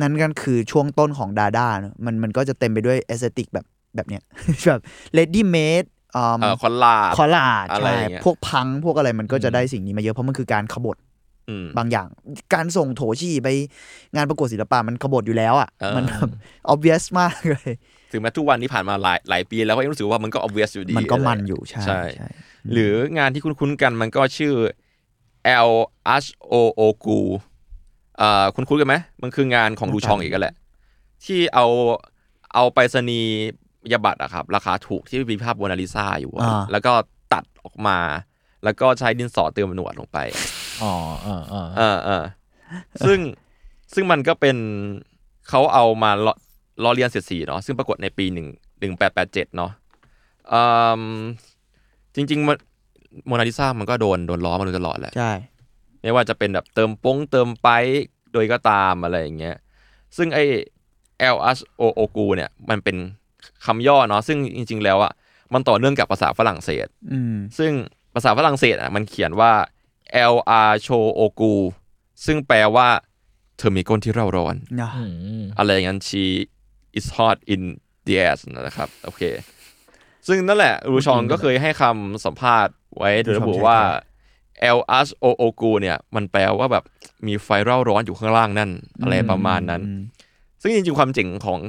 [SPEAKER 4] นั่นก็คือช่วงต้นของดาด้าเนอะมันมันก็จะเต็มไปด้วยเอสเตติกแบบแบบเนี้ย แบบเลดี้เมดอ่
[SPEAKER 3] เออคอนลา
[SPEAKER 4] คอลลา
[SPEAKER 3] อะ
[SPEAKER 4] ใช่
[SPEAKER 3] ไรอย่างเงี้ย
[SPEAKER 4] พวกพังพวกอะไรมันก็จะได้สิ่งนี้มาเยอะ เพราะมันคือการขบฏ
[SPEAKER 3] อืม
[SPEAKER 4] บางอย่าง การส่งโถชี่ไปงานประกวดศิลปะมันขบฏอยู่แล้วอ่ะ
[SPEAKER 3] เออ
[SPEAKER 4] มันแบบ obvious มากเลย
[SPEAKER 3] ถึงแม้ทุกวันนี้ผ่านมาหลายหลายปีแล้วก็ยังรู้สึกว่ามันก็ obvious อยู่ดี
[SPEAKER 4] มันก็
[SPEAKER 3] อะไร
[SPEAKER 4] มันอยู่ใช่
[SPEAKER 3] ใช่
[SPEAKER 4] ใช่
[SPEAKER 3] หรืองานที่คุ้นๆกันมันก็ชื่อ L H O O G U อ่าคุ้นๆกันไหมมันคืองานของดูชองอีกแล้วแหละ ที่เอาเอาไปรษณียบัตรอะครับ ราคาถูกที่มีภาพโมนาลิซาอยู่อะ
[SPEAKER 4] อ่า
[SPEAKER 3] แล้วก็ตัดออกมา แล้วก็ใช้ดินสอเติมหนวดลงไป
[SPEAKER 2] อ๋อเออเออ
[SPEAKER 3] เออเออซึ่งซึ่งมันก็เป็นเขาเอามาล้อล้อเลียนเสียดสีเนาะซึ่งปรากฏในปีหนึ่งหนึ่งแปดแปดเจ็ดเนาะอืมจริงๆมันโมนาลิซามันก็โดนโดนล้อมาโดยตลอดแหละ
[SPEAKER 4] ใช่
[SPEAKER 3] ไม่ว่าจะเป็นแบบเติมปงเติมไปโดยก็ตามอะไรอย่างเงี้ย ซึ่งไอ้ L H O O G เนี่ย มันเป็นคำย่อเนาะ ซึ่งจริง ๆ แล้วอ่ะ มันต่อเนื่องกับภาษาฝรั่งเศส
[SPEAKER 4] อืม
[SPEAKER 3] ซึ่งภาษาฝรั่งเศสอ่ะมันเขียนว่า L R C H O G ซึ่งแปลว่า เธอมีก้นที่เร่าร้อน
[SPEAKER 4] เนาะ
[SPEAKER 2] อืม
[SPEAKER 3] อะไรอย่างนั้น she is hot in the ass นะครับ โอเค ซึ่งนั่นแหละ รูชองก็เคยให้คำสัมภาษณ์ไว้โดยระบุว่า L H O O G เนี่ย มันแปลว่าแบบมีไฟเร่าร้อนอยู่ข้างล่างนั่น อะไรประมาณนั้น
[SPEAKER 4] อืม
[SPEAKER 3] ซึ่งจริงๆ ความเจ๋งของ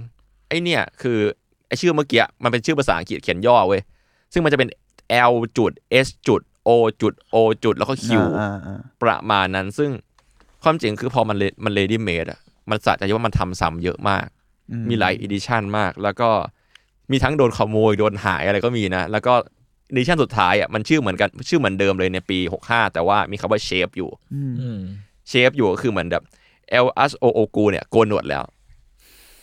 [SPEAKER 3] ไอเนี่ย คือไอชื่อเมื่อกี้ มันเป็นชื่อภาษาอังกฤษเขียนย่อเว้ย ซึ่งมันจะเป็น L จุด S จุด O จุด O จุดแล้วก็ Q
[SPEAKER 4] อ่าอ่า
[SPEAKER 3] ประมาณนั้นซึ่งความเจ๋งคือพอมันเลมันเลดี้เมดอะมันสะใจว่ามันทำซ้ำเยอะมาก มีหลายอีดิชันมาก แล้วก็มีทั้งโดนขโมย โดนหายอะไรก็มีนะ แล้วก็อีดิชันสุดท้ายอะมันชื่อเหมือนกันชื่อเหมือนเดิมเลยในปี 65 แต่ว่ามีคำว่าเชฟอยู่
[SPEAKER 2] อืม
[SPEAKER 3] เชฟอยู่ก็คือเหมือนแบบ L H O O G เนี่ยโกนหนวดแล้ว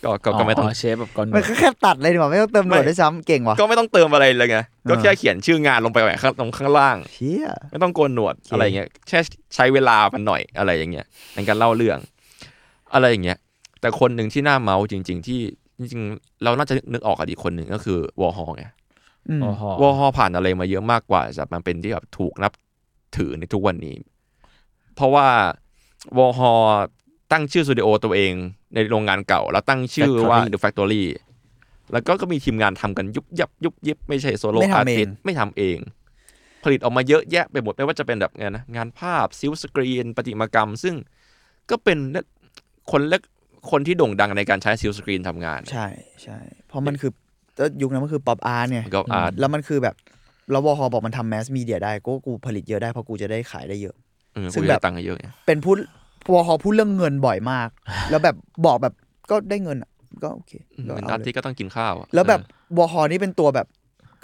[SPEAKER 3] ก็ก็ก็ไม่ต้อง
[SPEAKER 2] เชฟแบบก่อน
[SPEAKER 4] มันก็แค่ตัดเลยดีกว่าไม่ต้องเติมหนวด
[SPEAKER 3] ไม่
[SPEAKER 4] ด้วยซ้ำเก่งว่ะ
[SPEAKER 3] ก็ไม่ต้องเติมอะไรเลยไงก็
[SPEAKER 4] อ่า
[SPEAKER 3] แค่เขียนชื่องานลงไปแบบข้างตรงข้างล่าง
[SPEAKER 4] เชี่ย
[SPEAKER 3] ไม่ต้องโกนหนวดอะไรอย่างเงี้ยแค่ใช้เวลามันหน่อยอะไรอย่างเงี้ยในการเล่าเรื่อง อะไรอย่างเงี้ย แต่คนหนึ่งที่น่าเมาจริง ๆ ที่จริงๆ เราน่าจะนึกออกอดีตคนหนึ่งก็คือวอลฮอลไง
[SPEAKER 4] อืม
[SPEAKER 2] อ๋อฮะ
[SPEAKER 3] วอลฮอลผ่านอะไรมาเยอะมากกว่าจะมันเป็นที่แบบถูกนับถือในทุกวันนี้ เพราะว่าวอลฮอลตั้งชื่อสตูดิโอตัวเองในโรงงานเก่า แล้วตั้งชื่อว่า
[SPEAKER 4] Factory
[SPEAKER 3] The Factory แล้วก็ก็มีทีมงานทำกันยุบยับยุบยิบไม่ใช่โซโล่
[SPEAKER 4] ไม่
[SPEAKER 3] อา
[SPEAKER 4] ทำ
[SPEAKER 3] ร์
[SPEAKER 4] เอง
[SPEAKER 3] ติสไม่ทำเอง ผลิตออกมาเยอะแยะไปหมดไม่ว่าจะเป็นแบบไงนะงานภาพซิลสกรีนประติมากรรม ซึ่งก็เป็นคนเล็กคนที่โด่งดังในการใช้ซิลสกรีนทำงาน
[SPEAKER 4] ใช่ใช่เพราะมันคือก็ยุคนั้นมันคือป๊อปอาร์เนี่ย
[SPEAKER 3] ก็อาร์ต
[SPEAKER 4] แล้วมันคือแบบแล้ววอฮอบอกมันทำแมสมีเดียได้ก็กูผลิตเยอะได้เพราะกูจะได้ขายได้เยอะ
[SPEAKER 3] เออ
[SPEAKER 4] ซึ่
[SPEAKER 3] ซึ่
[SPEAKER 4] ง
[SPEAKER 3] ง
[SPEAKER 4] แบ
[SPEAKER 3] แบบ บตังค์เยอะไง
[SPEAKER 4] เป็นพูดวอฮอพูดเรื่องเงินบ่อยมาก แล้วแบบบอกแบบก็ได้เงินอะก็โอเคก็
[SPEAKER 3] เป็นอา
[SPEAKER 4] เอา
[SPEAKER 3] ร์
[SPEAKER 4] เล
[SPEAKER 3] ติ
[SPEAKER 4] ย
[SPEAKER 3] สก็ต้องกินข้าวอะ
[SPEAKER 4] แล้วแบบ
[SPEAKER 3] เออ
[SPEAKER 4] วอฮอนี่เป็นตัวแบบ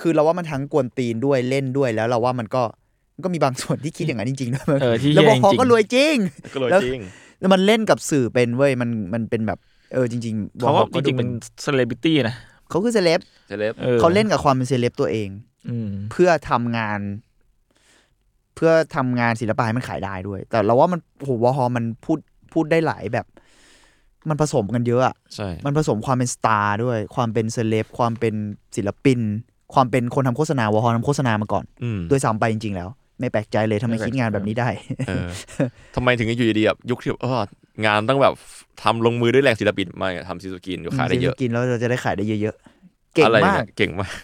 [SPEAKER 4] คือเราว่ามันทั้งกวนตีนด้วยเล่นด้วยแล้วเราว่ามันก็มันก็มีบางส่วนที่คิดอย่างนั้นจริงๆนะ
[SPEAKER 2] เออที่
[SPEAKER 4] แล้ว
[SPEAKER 2] เหี้
[SPEAKER 4] วย อ
[SPEAKER 2] จ
[SPEAKER 4] ฮอ
[SPEAKER 2] ริง
[SPEAKER 4] ก็รวยจริง
[SPEAKER 3] ก็เลย
[SPEAKER 4] แล้ว
[SPEAKER 3] จริง
[SPEAKER 4] แล้วมันเล่นกับสื่อเป็นเว้ยมันมันเป็นแบบเออจริงๆวอ
[SPEAKER 2] เขา
[SPEAKER 4] ฮ
[SPEAKER 2] ก็
[SPEAKER 4] อ
[SPEAKER 2] จ
[SPEAKER 4] ก็
[SPEAKER 2] ริ
[SPEAKER 4] ดู
[SPEAKER 2] งๆเป็
[SPEAKER 4] เป็น น
[SPEAKER 2] เซเลบริตี้นะ
[SPEAKER 4] เขาคือเซเลบ
[SPEAKER 3] เซเลบ
[SPEAKER 2] ออ
[SPEAKER 4] เขาเล่นกับความเป็นเซเลบตัวเอง
[SPEAKER 2] อืม
[SPEAKER 4] เพื่อทำงาน เพื่อทำงานศิลปะให้มันขายได้ด้วย แต่เราว่ามันโอ้โหวอฮอมันพูดพูดได้หลายแบบ มันผสมกันเยอะอะ
[SPEAKER 3] ใช่
[SPEAKER 4] มันผสมความเป็นสตาร์ด้วย ความเป็นเซเลบความเป็นศิลปิน ความเป็นคนทำโฆษณาวอฮอทำโฆษณามาก่อน
[SPEAKER 3] อืม
[SPEAKER 4] ด้วยซ้ำไปจริง ๆ แล้ว ไม่แปลกใจเลยทำไม
[SPEAKER 2] ไม่แปลก
[SPEAKER 4] คิดงานแบบนี้ได้
[SPEAKER 3] เออทำไมถึงอยู่ดีๆแบบยุคที่แบบเอองานต้องแบบทำลงมือด้วยแรงศิลปินมาทำซิลสกรีนอยู่ขายได้เยอะ
[SPEAKER 4] กินแล้วเราจะได้ขายได้เยอะๆเก่ง
[SPEAKER 3] อะไร
[SPEAKER 4] มาก
[SPEAKER 3] นี่ยเก่งมาก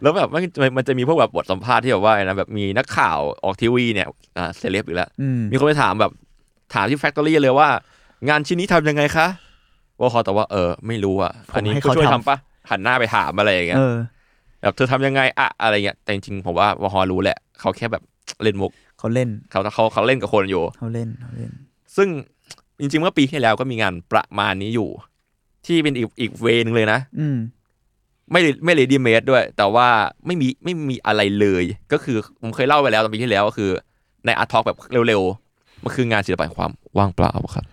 [SPEAKER 3] แล้วแบบมันมันมันจะมีพวกแบบบทสัมภาษณ์ที่แบบว่าไอ้นะแบบมีนักข่าวออกทีวีเนี่ยอ่าเซเลบอีกแล้ว
[SPEAKER 4] อืม
[SPEAKER 3] มีคนไปถามแบบถามที่แฟคทอรี่เลยว่า งานชิ้นนี้ทำยังไงคะว่าเขาแต่ว่าเออไม่รู้อ่ะอันนี้ผู้ช่วยทำปะหันหน้าไปถามอะไรอย่างเงี้ย
[SPEAKER 4] เออ
[SPEAKER 3] แบบเธอทำยังไงอะอะไรเงี้ยแต่จริงๆผมว่าวอฮอรู้แหละ เขาแค่แบบเล่นมุก
[SPEAKER 4] เขาเล่น
[SPEAKER 3] เขาเขาเขาเล่นกับคนอยู่
[SPEAKER 4] เขาเล่นเขาเล่น
[SPEAKER 3] ซึ่งจริงๆเมื่อปีที่แล้วก็มีงานประมาณนี้อยู่ ที่เป็นอีกอีกเวนึงเลยนะ
[SPEAKER 4] อืม
[SPEAKER 3] ไม่ได้ไม่เลดี้เมดด้วย แต่ว่าไม่มีไม่มีอะไรเลย ก็คือผมเคยเล่าไปแล้วตอนปีที่แล้วก็คือ ในอาร์ทอกแบบเร็วๆ มันคืองานศิลปะแห่งความว่างเปล่าครับ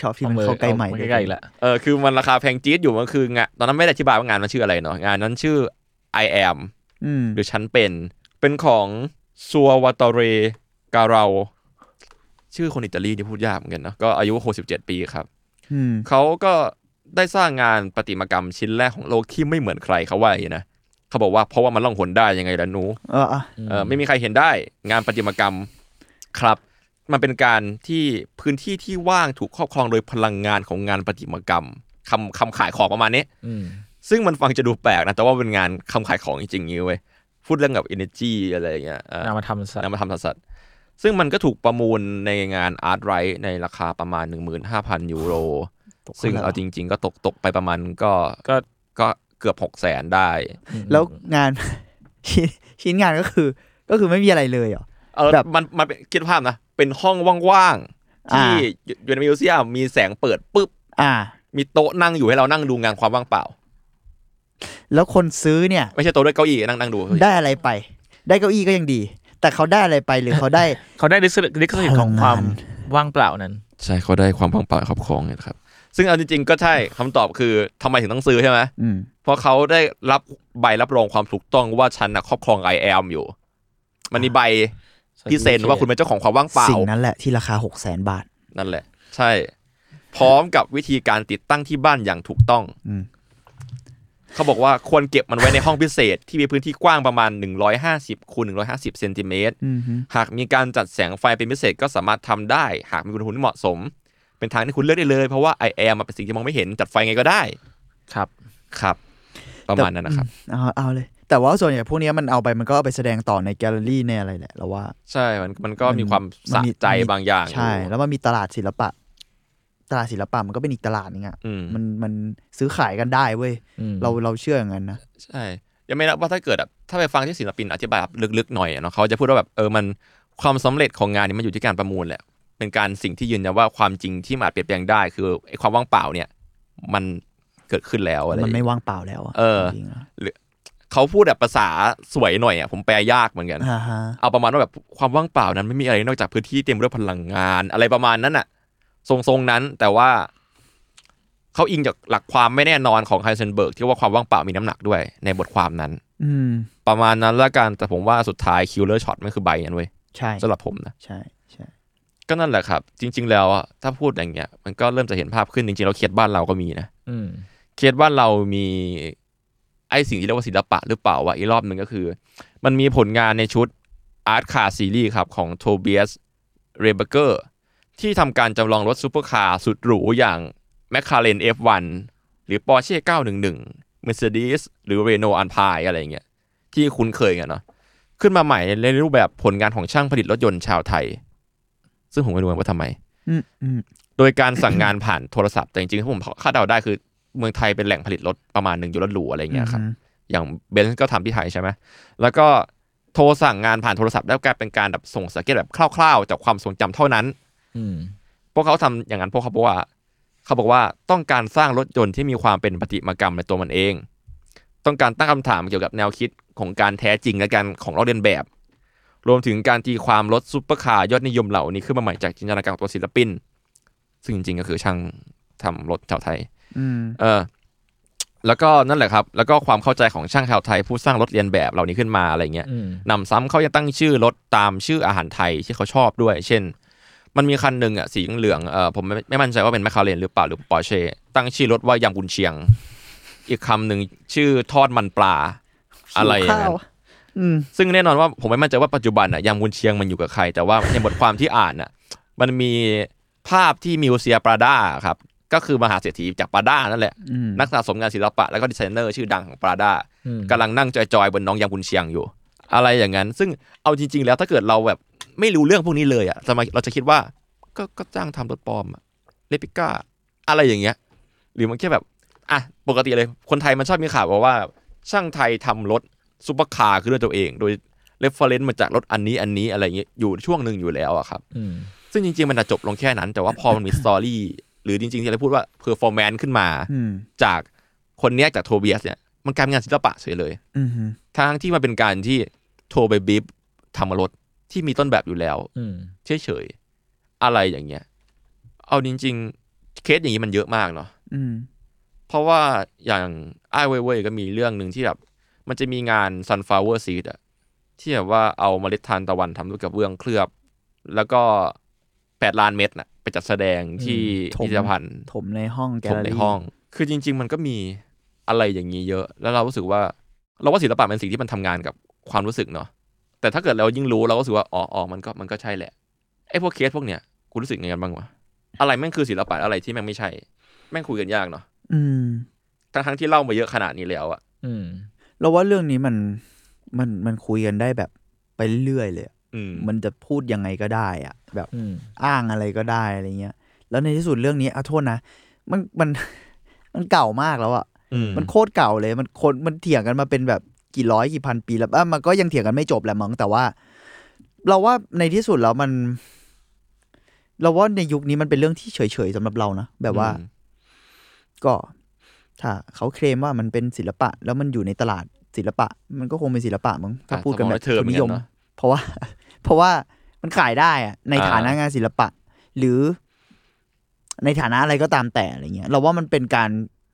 [SPEAKER 4] ชอบที่มันเข้าใกล้ใหม่
[SPEAKER 2] เอ
[SPEAKER 4] ด้ว
[SPEAKER 2] อย ใกล้ๆอีกแล้ว
[SPEAKER 3] เออคือมันราคาแพงจี๊ดอยู่มันคืองานตอนนั้นไม่ได้อธิบายว่างานมันชื่ออะไรเนาะงานนั้นชื่อ I am
[SPEAKER 4] อืม
[SPEAKER 3] หรือฉันเป็นเป็นของซัววัตเรการาชื่อคนอิตาลีที่พูดยากเหมือนกันเนอะก็อายุ 67 ปีครับ
[SPEAKER 4] อืม
[SPEAKER 3] เขาก็ได้สร้างงานประติมากรรมชิ้นแรกของโลกที่ไม่เหมือนใครเขาว่าอย่างนี้นะเขาบอกว่าเพราะว่ามันล่องหนได้ยังไงล่ะหนู
[SPEAKER 4] เอออ่ะ
[SPEAKER 3] เออไม่มีใครเห็นได้งานประติมากรรมครับ มันเป็นการที่พื้นที่ที่ว่างถูกครอบครองโดยพลังงานของงานประติมากรรมคำคำขายของประมาณนี้
[SPEAKER 2] อืม
[SPEAKER 3] ซึ่งมันฟังจะดูแปลกนะ แต่ว่าเป็นงานคำขายของจริงๆนี้เว้ยพูดเรื่องแบบ energy อะไรอย่างเงี้ยเออ
[SPEAKER 2] นำมาทำสัตว์
[SPEAKER 3] นำมาทำสัตว์ซึ่งมันก็ถูกประมูลในงานอาร์ตไรในราคาประมาณ 15,000 ยูโร ซึ่งเอาจริง ๆ ก็ตกตกไปประมาณก็
[SPEAKER 2] ก็
[SPEAKER 3] ก็เกือบหกแสนได้
[SPEAKER 4] แล้วงาน ชิ้นชิ้นงานก็คือ ก็คือไม่มีอะไรเลยเหรอ
[SPEAKER 3] เออ
[SPEAKER 4] แบบ
[SPEAKER 3] มันมันเป็นคิดภาพนะ เป็นห้องว่างๆ ที่
[SPEAKER 4] อ่า
[SPEAKER 3] อยู่ในมิวเซียมมีแสงเปิดปุ๊บ
[SPEAKER 4] อ่า
[SPEAKER 3] มีโต๊ะนั่งอยู่ให้เรานั่งดูงานความว่างเปล่า
[SPEAKER 4] แล้วคนซื้อเนี่ย
[SPEAKER 3] ไม่ใช่โต๊ะด้วยเก้าอี้นั่งนั่งดู
[SPEAKER 4] ได้อะไรไป ได้เก้าอี้ก็ยังดี แต่เขาได้อะไรไป หรือเขาได้
[SPEAKER 2] เขาได้ลิขสิทธิ์ลิขสิทธิ์ของความ
[SPEAKER 4] พลังง
[SPEAKER 2] ว่างเปล่านั้น
[SPEAKER 3] ใช่เขาได้ความว่างเปล่าครอบครองเนี่ยครับซึ่งเอาจริงๆก็ใช่คำตอบคือทำไมถึงต้องซื้อใช่ไหม
[SPEAKER 4] อืม
[SPEAKER 3] เพราะเขาได้รับใบรับรองความถูกต้องว่าฉันนะครอบครองไอแอมอยู่ มันมีใบที่เซ็นว่าคุณเป็นเจ้าของความว่างเปล่า
[SPEAKER 4] สิ่งนั้นแหละที่ราคาหกแสนบาท
[SPEAKER 3] นั่นแหละ ใช่ พร้อมกับวิธีการติดตั้งที่บ้านอย่างถูกต้อง
[SPEAKER 4] อืม
[SPEAKER 3] เขาบอกว่าควรเก็บมันไว้ในห้องพิเศษ ที่มีพื้นที่กว้างประมาณ 150คูณ150เซนติเมตร
[SPEAKER 4] อืมฮึ
[SPEAKER 3] หากมีการจัดแสงไฟเป็นพิเศษก็สามารถทำได้ หากมีอุณหภูมิที่เหมาะสม เป็นทางที่คุณเลือกได้เลย เพราะว่าไอแอมันเป็นสิ่งที่มองไม่เห็นจัดไฟไงก็ได้
[SPEAKER 2] ครับ
[SPEAKER 3] ครับ ประมาณนั้นนะครับ
[SPEAKER 4] เอาเอาเลย แต่ว่าส่วนใหญ่พวกเนี้ยมันเอาไปมันก็เอาไปแสดงต่อในแกลเลอรี่ในอะไรแหละเราว่า
[SPEAKER 3] ใช่มันมันก็มีความสะใจบางอย่าง
[SPEAKER 4] ใช่ แล้วมันมีตลาดศิลปะ ตลาดศิลปะมันก็เป็นอีกตลาดหนึงอะ
[SPEAKER 3] อืม
[SPEAKER 4] มันมันซื้อขายกันได้เว้ย
[SPEAKER 2] อืม
[SPEAKER 4] เราเราเชื่ออย่างนั้นนะ
[SPEAKER 3] ใช่ยังไม่นับว่าถ้าเกิดแบบถ้าไปฟังที่ศิลปินอธิบายแบบลึกๆหน่อยอะเนาะเขาจะพูดว่าแบบเออมันความสำเร็จของงานนี้มันอยู่ที่การประมูลแหละ เป็นการสิ่งที่ยืนยันว่าความจริงที่มันอาจเปลี่ยนแปลงได้ คือไอ้ความว่างเปล่าเนี่ย มันเกิดขึ้นแล้วอะไรอ
[SPEAKER 4] มัน
[SPEAKER 3] ย่าง
[SPEAKER 4] ไม่
[SPEAKER 3] เงี้ย
[SPEAKER 4] ว่างเปล่าแล้วอะ
[SPEAKER 3] เออ
[SPEAKER 4] จริงๆอะ
[SPEAKER 3] เขาพูดแบบภาษาสวยหน่อยอ่ะผมแปลยากเหมือนกัน
[SPEAKER 4] อ่าฮะ
[SPEAKER 3] เอาประมาณว่าแบบความว่างเปล่านั้นไม่มีอะไรนอกจากพื้นที่เต็มไปด้วยพลังงาน อะไรประมาณนั้นอะทรงๆนั้นแต่ว่าเขาอิงจากหลักความไม่แน่นอนของไฮเซนเบิร์กที่ว่าความว่างเปล่ามีน้ำหนักด้วย ในบทความนั้น
[SPEAKER 4] อืม
[SPEAKER 3] ประมาณนั้นละกันแต่ผมว่าสุดท้ายคิลเลอร์ช็อตมันคือใบนั้นเว้ย
[SPEAKER 4] ใช่
[SPEAKER 3] สำหรับผมนะ
[SPEAKER 4] ใช่ใช่
[SPEAKER 3] ก็นั่นแหละครับ จริง ๆ แล้วอะถ้าพูดอย่างเงี้ยมันก็เริ่มจะเห็นภาพขึ้นจริงๆเราเคียดบ้านเราก็มีนะ
[SPEAKER 2] อืม
[SPEAKER 3] เคียดบ้านเรามีไอสิ่งที่เรียกว่าศิลปะหรือเปล่าวะอีกรอบหนึ่งก็คือ มันมีผลงานในชุดอาร์ตคาร์ซีรีส์ครับ ของโทเบียสเรเบเกอร์ที่ทำการจำลองรถซูเปอร์คาร์สุดหรูอย่างแมคคาเรน F1 หรือปอร์เช่911 Mercedes หรือเรโนอันพายอะไรอย่างเงี้ยที่คุ้นเคยกันเนาะ ขึ้นมาใหม่ในรูปแบบผลงานของช่างผลิตรถยนต์ชาวไทย ซึ่งผมไม่รู้ว่าทำไม
[SPEAKER 4] อืมอืม
[SPEAKER 3] โดยการสั่งงานผ่านโทรศัพท์แต่จริงๆถ้าผมคาดเดาได้คือเมืองไทยเป็นแหล่งผลิตรถประมาณหนึ่งอยู่รถหรูอะไรอย่างเงี้ยครับ
[SPEAKER 4] อืม
[SPEAKER 3] อย่างเบนซ์ก็ทำที่ไทยใช่ไหม แล้วก็โทรสั่งงานผ่านโทรศัพท์แล้วกลายเป็นการแบบส่งสงเก็ตแบบคร่าวๆ จากความทรงจำเท่านั้น
[SPEAKER 2] อืม
[SPEAKER 3] พวกเขาทำอย่างนั้นพวกเขาบอกว่า เขาบอกว่าต้องการสร้างรถยนต์ที่มีความเป็นปฏิมากรรมในตัวมันเอง ต้องการตั้งคำถามเกี่ยวกับแนวคิดของการแท้จริงและการของเราเรียนแบบ รวมถึงการตีความรถซุปเปอร์คาร์ยอดนิยมเหล่านี้ขึ้นมาใหม่จากจินตนาการของตัวศิลปิน ซึ่งจริงๆก็คือช่างทำรถชาวไทย
[SPEAKER 4] อืม
[SPEAKER 3] เออ แล้วก็นั่นแหละครับ แล้วก็ความเข้าใจของช่างชาวไทยผู้สร้างรถเรียนแบบเหล่านี้ขึ้นมาอะไรเงี้ย
[SPEAKER 2] อืม
[SPEAKER 3] นำซ้ำเขายังตั้งชื่อรถตามชื่ออาหารไทยที่เขาชอบด้วย เช่น มันมีคันหนึ่งอ่ะสีเหลืองๆเออผมไม่ไม่มั่นใจว่าเป็นแมคคาเรนหรือเปล่าหรือปอร์เช่ตั้งชื่อรถว่ายำกุนเชียง อีกคำหนึ่งชื่อทอดมันปลาอะไรอย่างนั้น
[SPEAKER 4] อืม
[SPEAKER 3] ซึ่งแน่นอนว่าผมไม่มั่นใจว่าปัจจุบันอะยามวุนเชียงมันอยู่กับใคร แต่ว่าในบทความที่อ่านอะมันมีภาพที่มิวเซียปราด้าครับก็คือมหาเศรษฐีจากปราด้านั่นแหละ
[SPEAKER 4] อืม
[SPEAKER 3] นักสะสมงานศิลปะแล้วก็ดีไซเนอร์ชื่อดังของปราด้า
[SPEAKER 2] อืม
[SPEAKER 3] กำลังนั่งจอยๆบนน้องยามวุนเชียงอยู่ อะไรอย่างนั้น ซึ่งเอาจริง ๆ แล้วถ้าเกิดเราแบบไม่รู้เรื่องพวกนี้เลยอะทำไมเราจะคิดว่าก็ก็จ้างทำรถปลอมอะเลปิก้าอะไรอย่างเงี้ย หรือมันแค่แบบอ่ะปกติเลยคนไทยมันชอบมีข่าวบอกว่า ช่างไทยทำรถซุปเปอร์คาร์ขึ้นด้วยตัวเอง โดยเรฟเฟรนซ์มาจากรถอันนี้อันนี้อะไรอย่างเงี้ยอยู่ช่วงหนึ่งอยู่แล้วอะครับ
[SPEAKER 2] อืม
[SPEAKER 3] ซึ่งจริงๆ มันจะจบลงแค่นั้น แต่ว่าพอมันมีสตอรี่ หรือจริงๆ ที่เราพูดว่าเพอร์ฟอร์แมนซ์ขึ้นมา
[SPEAKER 4] อืม
[SPEAKER 3] จากคนเนี้ยจากโทเบียสเนี่ยมันกลายเป็นงานศิลปะเฉยเลย
[SPEAKER 4] อืมฮึ
[SPEAKER 3] ทางที่มันเป็นการที่โทรไปบีบทำรถที่มีต้นแบบอยู่แล้ว
[SPEAKER 2] อืม
[SPEAKER 3] เฉยๆอะไรอย่างเงี้ยเอาจริง ๆ เคสอย่างนี้มันเยอะมากเนาะ
[SPEAKER 4] อืม
[SPEAKER 3] เพราะว่าอย่างไอ้ายเว่ยเว่ยก็มีเรื่องหนึ่งที่แบบ มันจะมีงาน sunflower seed อะที่แบบว่าเอาเมล็ดทานตะวันทำด้วยกับเบื้องเคลือบ แล้วก็แปดล้านเม็ดน่ะไปจัดแสดงที่พิพิธภัณฑ์
[SPEAKER 4] ถมในห้องแกล
[SPEAKER 3] ชม
[SPEAKER 4] เลอ
[SPEAKER 3] ใน
[SPEAKER 4] รี่
[SPEAKER 3] ห้อง คือจริง ๆ มันก็มีอะไรอย่างนี้เยอะ แล้วเรารู้สึกว่า เราว่าศิลปะเป็นสิ่งที่มันทำงานกับความรู้สึกเนาะแต่ถ้าเกิดเรายิ่งรู้เราก็รู้สึกว่าอ๋ออ๋อมันก็มันก็ใช่แหละไอ้พวกเคสพวกเนี้ยกูรู้สึกยังไงกันบ้างวะอะไรแม่งคือศิลปะอะไรที่แม่งไม่ใช่ แม่งคุยกันยากเนาะ
[SPEAKER 4] อืม
[SPEAKER 3] ทั้งทั้งๆที่เล่ามาเยอะขนาดนี้แล้วอะ
[SPEAKER 2] อืม
[SPEAKER 4] เราว่าเรื่องนี้มันมันมันคุยกันได้แบบไปเรื่อยๆเลยอะ
[SPEAKER 3] อืม
[SPEAKER 4] มันจะพูดยังไงก็ได้อะแบบ
[SPEAKER 2] อืม
[SPEAKER 4] อ้างอะไรก็ ได้อะไรเงี้ย แล้วในที่สุดเรื่องนี้เอาโทษนะ มันมัน มันเก่ามากแล้วอะ
[SPEAKER 3] อืม
[SPEAKER 4] มันโคตรเก่าเลย มันคนมันเถียงกันมาเป็นแบบกี่ร้อยกี่พันปีแล้วอ่ะมันก็ยังเถียงกันไม่จบแหละมั้งแต่ว่า เราว่าในที่สุดแล้วมัน เราว่าในยุคนี้มันเป็นเรื่องที่เฉยๆสำหรับเรานะแบบว่า
[SPEAKER 3] อืม
[SPEAKER 4] ก็ถ้าเขาเคลมว่ามันเป็นศิลปะ แล้วมันอยู่ในตลาดศิลปะ มันก็คงเป็นศิลปะมั้งถ้าพูดกันแบบทุนนิยม เพราะว่า เพราะว่ามันขายได้อะในฐานะงานศิลปะ หรือ ในฐานะอะไรก็ตามแต่อะไรเงี้ย เราว่ามันเป็นการ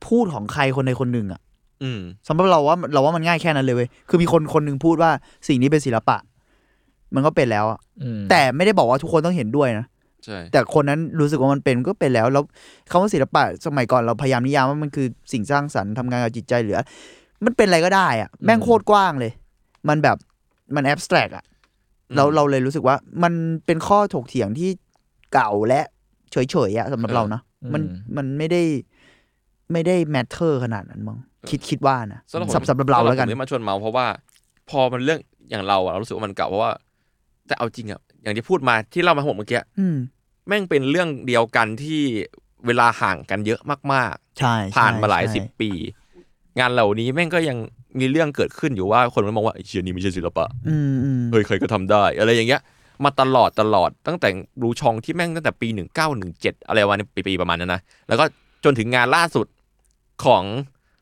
[SPEAKER 4] พูดของใครคนใดคนหนึ่งอะ
[SPEAKER 3] อืม
[SPEAKER 4] สำหรับเราว่าเราว่ามันง่ายแค่นั้นเลยเว้ยคือมีคนคนหนึ่งพูดว่าสิ่งนี้เป็นศิลปะ มันก็เป็นแล้วอะ
[SPEAKER 2] อืม
[SPEAKER 4] แต่ไม่ได้บอกว่าทุกคนต้องเห็นด้วยนะ
[SPEAKER 3] ใช่
[SPEAKER 4] แต่คนนั้นรู้สึกว่ามันเป็นก็เป็นแล้ว แล้วคำว่าศิลปะสมัยก่อนเราพยายามนิยามว่ามันคือสิ่งสร้างสรรค์ทำงานกับจิตใจหรืออะไรมันเป็นอะไรก็ได้อะแม่งโคตรกว้างเลย มันแบบมันแอบสแตรกอะเราเราเลยรู้สึกว่ามันเป็นข้อถกเถียงที่เก่าและเฉยๆอะสำหรับเรานะมันมันไม่ได้ไม่ได้แมทเทอร์ขนาดนั้นมั้งคิดคิดว่านะ
[SPEAKER 3] สำหรับผม
[SPEAKER 4] สำสำหรับเราแล้วกั
[SPEAKER 3] สำ
[SPEAKER 4] น
[SPEAKER 3] หบผมที่มาชวนเมาเพราะว่า พอมันเรื่องอย่างเราอะเรารู้สึกว่ามันเก่าเพราะว่า แต่เอาจริงอะอย่างที่พูดมาที่เล่ามาทั้งหมดเมื่อกี้
[SPEAKER 4] อืม
[SPEAKER 3] แม่งเป็นเรื่องเดียวกันที่เวลาห่างกันเยอะมาก ๆ
[SPEAKER 4] ใช่
[SPEAKER 3] ผ่านมาหลาย
[SPEAKER 4] ใช่
[SPEAKER 3] สิบปี งานเหล่านี้แม่งก็ยังมีเรื่องเกิดขึ้นอยู่ว่าคนมันมองว่าไอ้เชียนี่ไม่ใช่ศิลปะ
[SPEAKER 4] อืมอืม
[SPEAKER 3] เฮ้ยใครก็ทำได้ อะไรอย่างเงี้ย มาตลอดตลอดตั้งแต่รูชองที่แม่งตั้งแต่ปี 1917 อะไรวะเนี่ยปีปีประมาณนั้นนะ แล้วก็จนถึงงานล่าสุดของ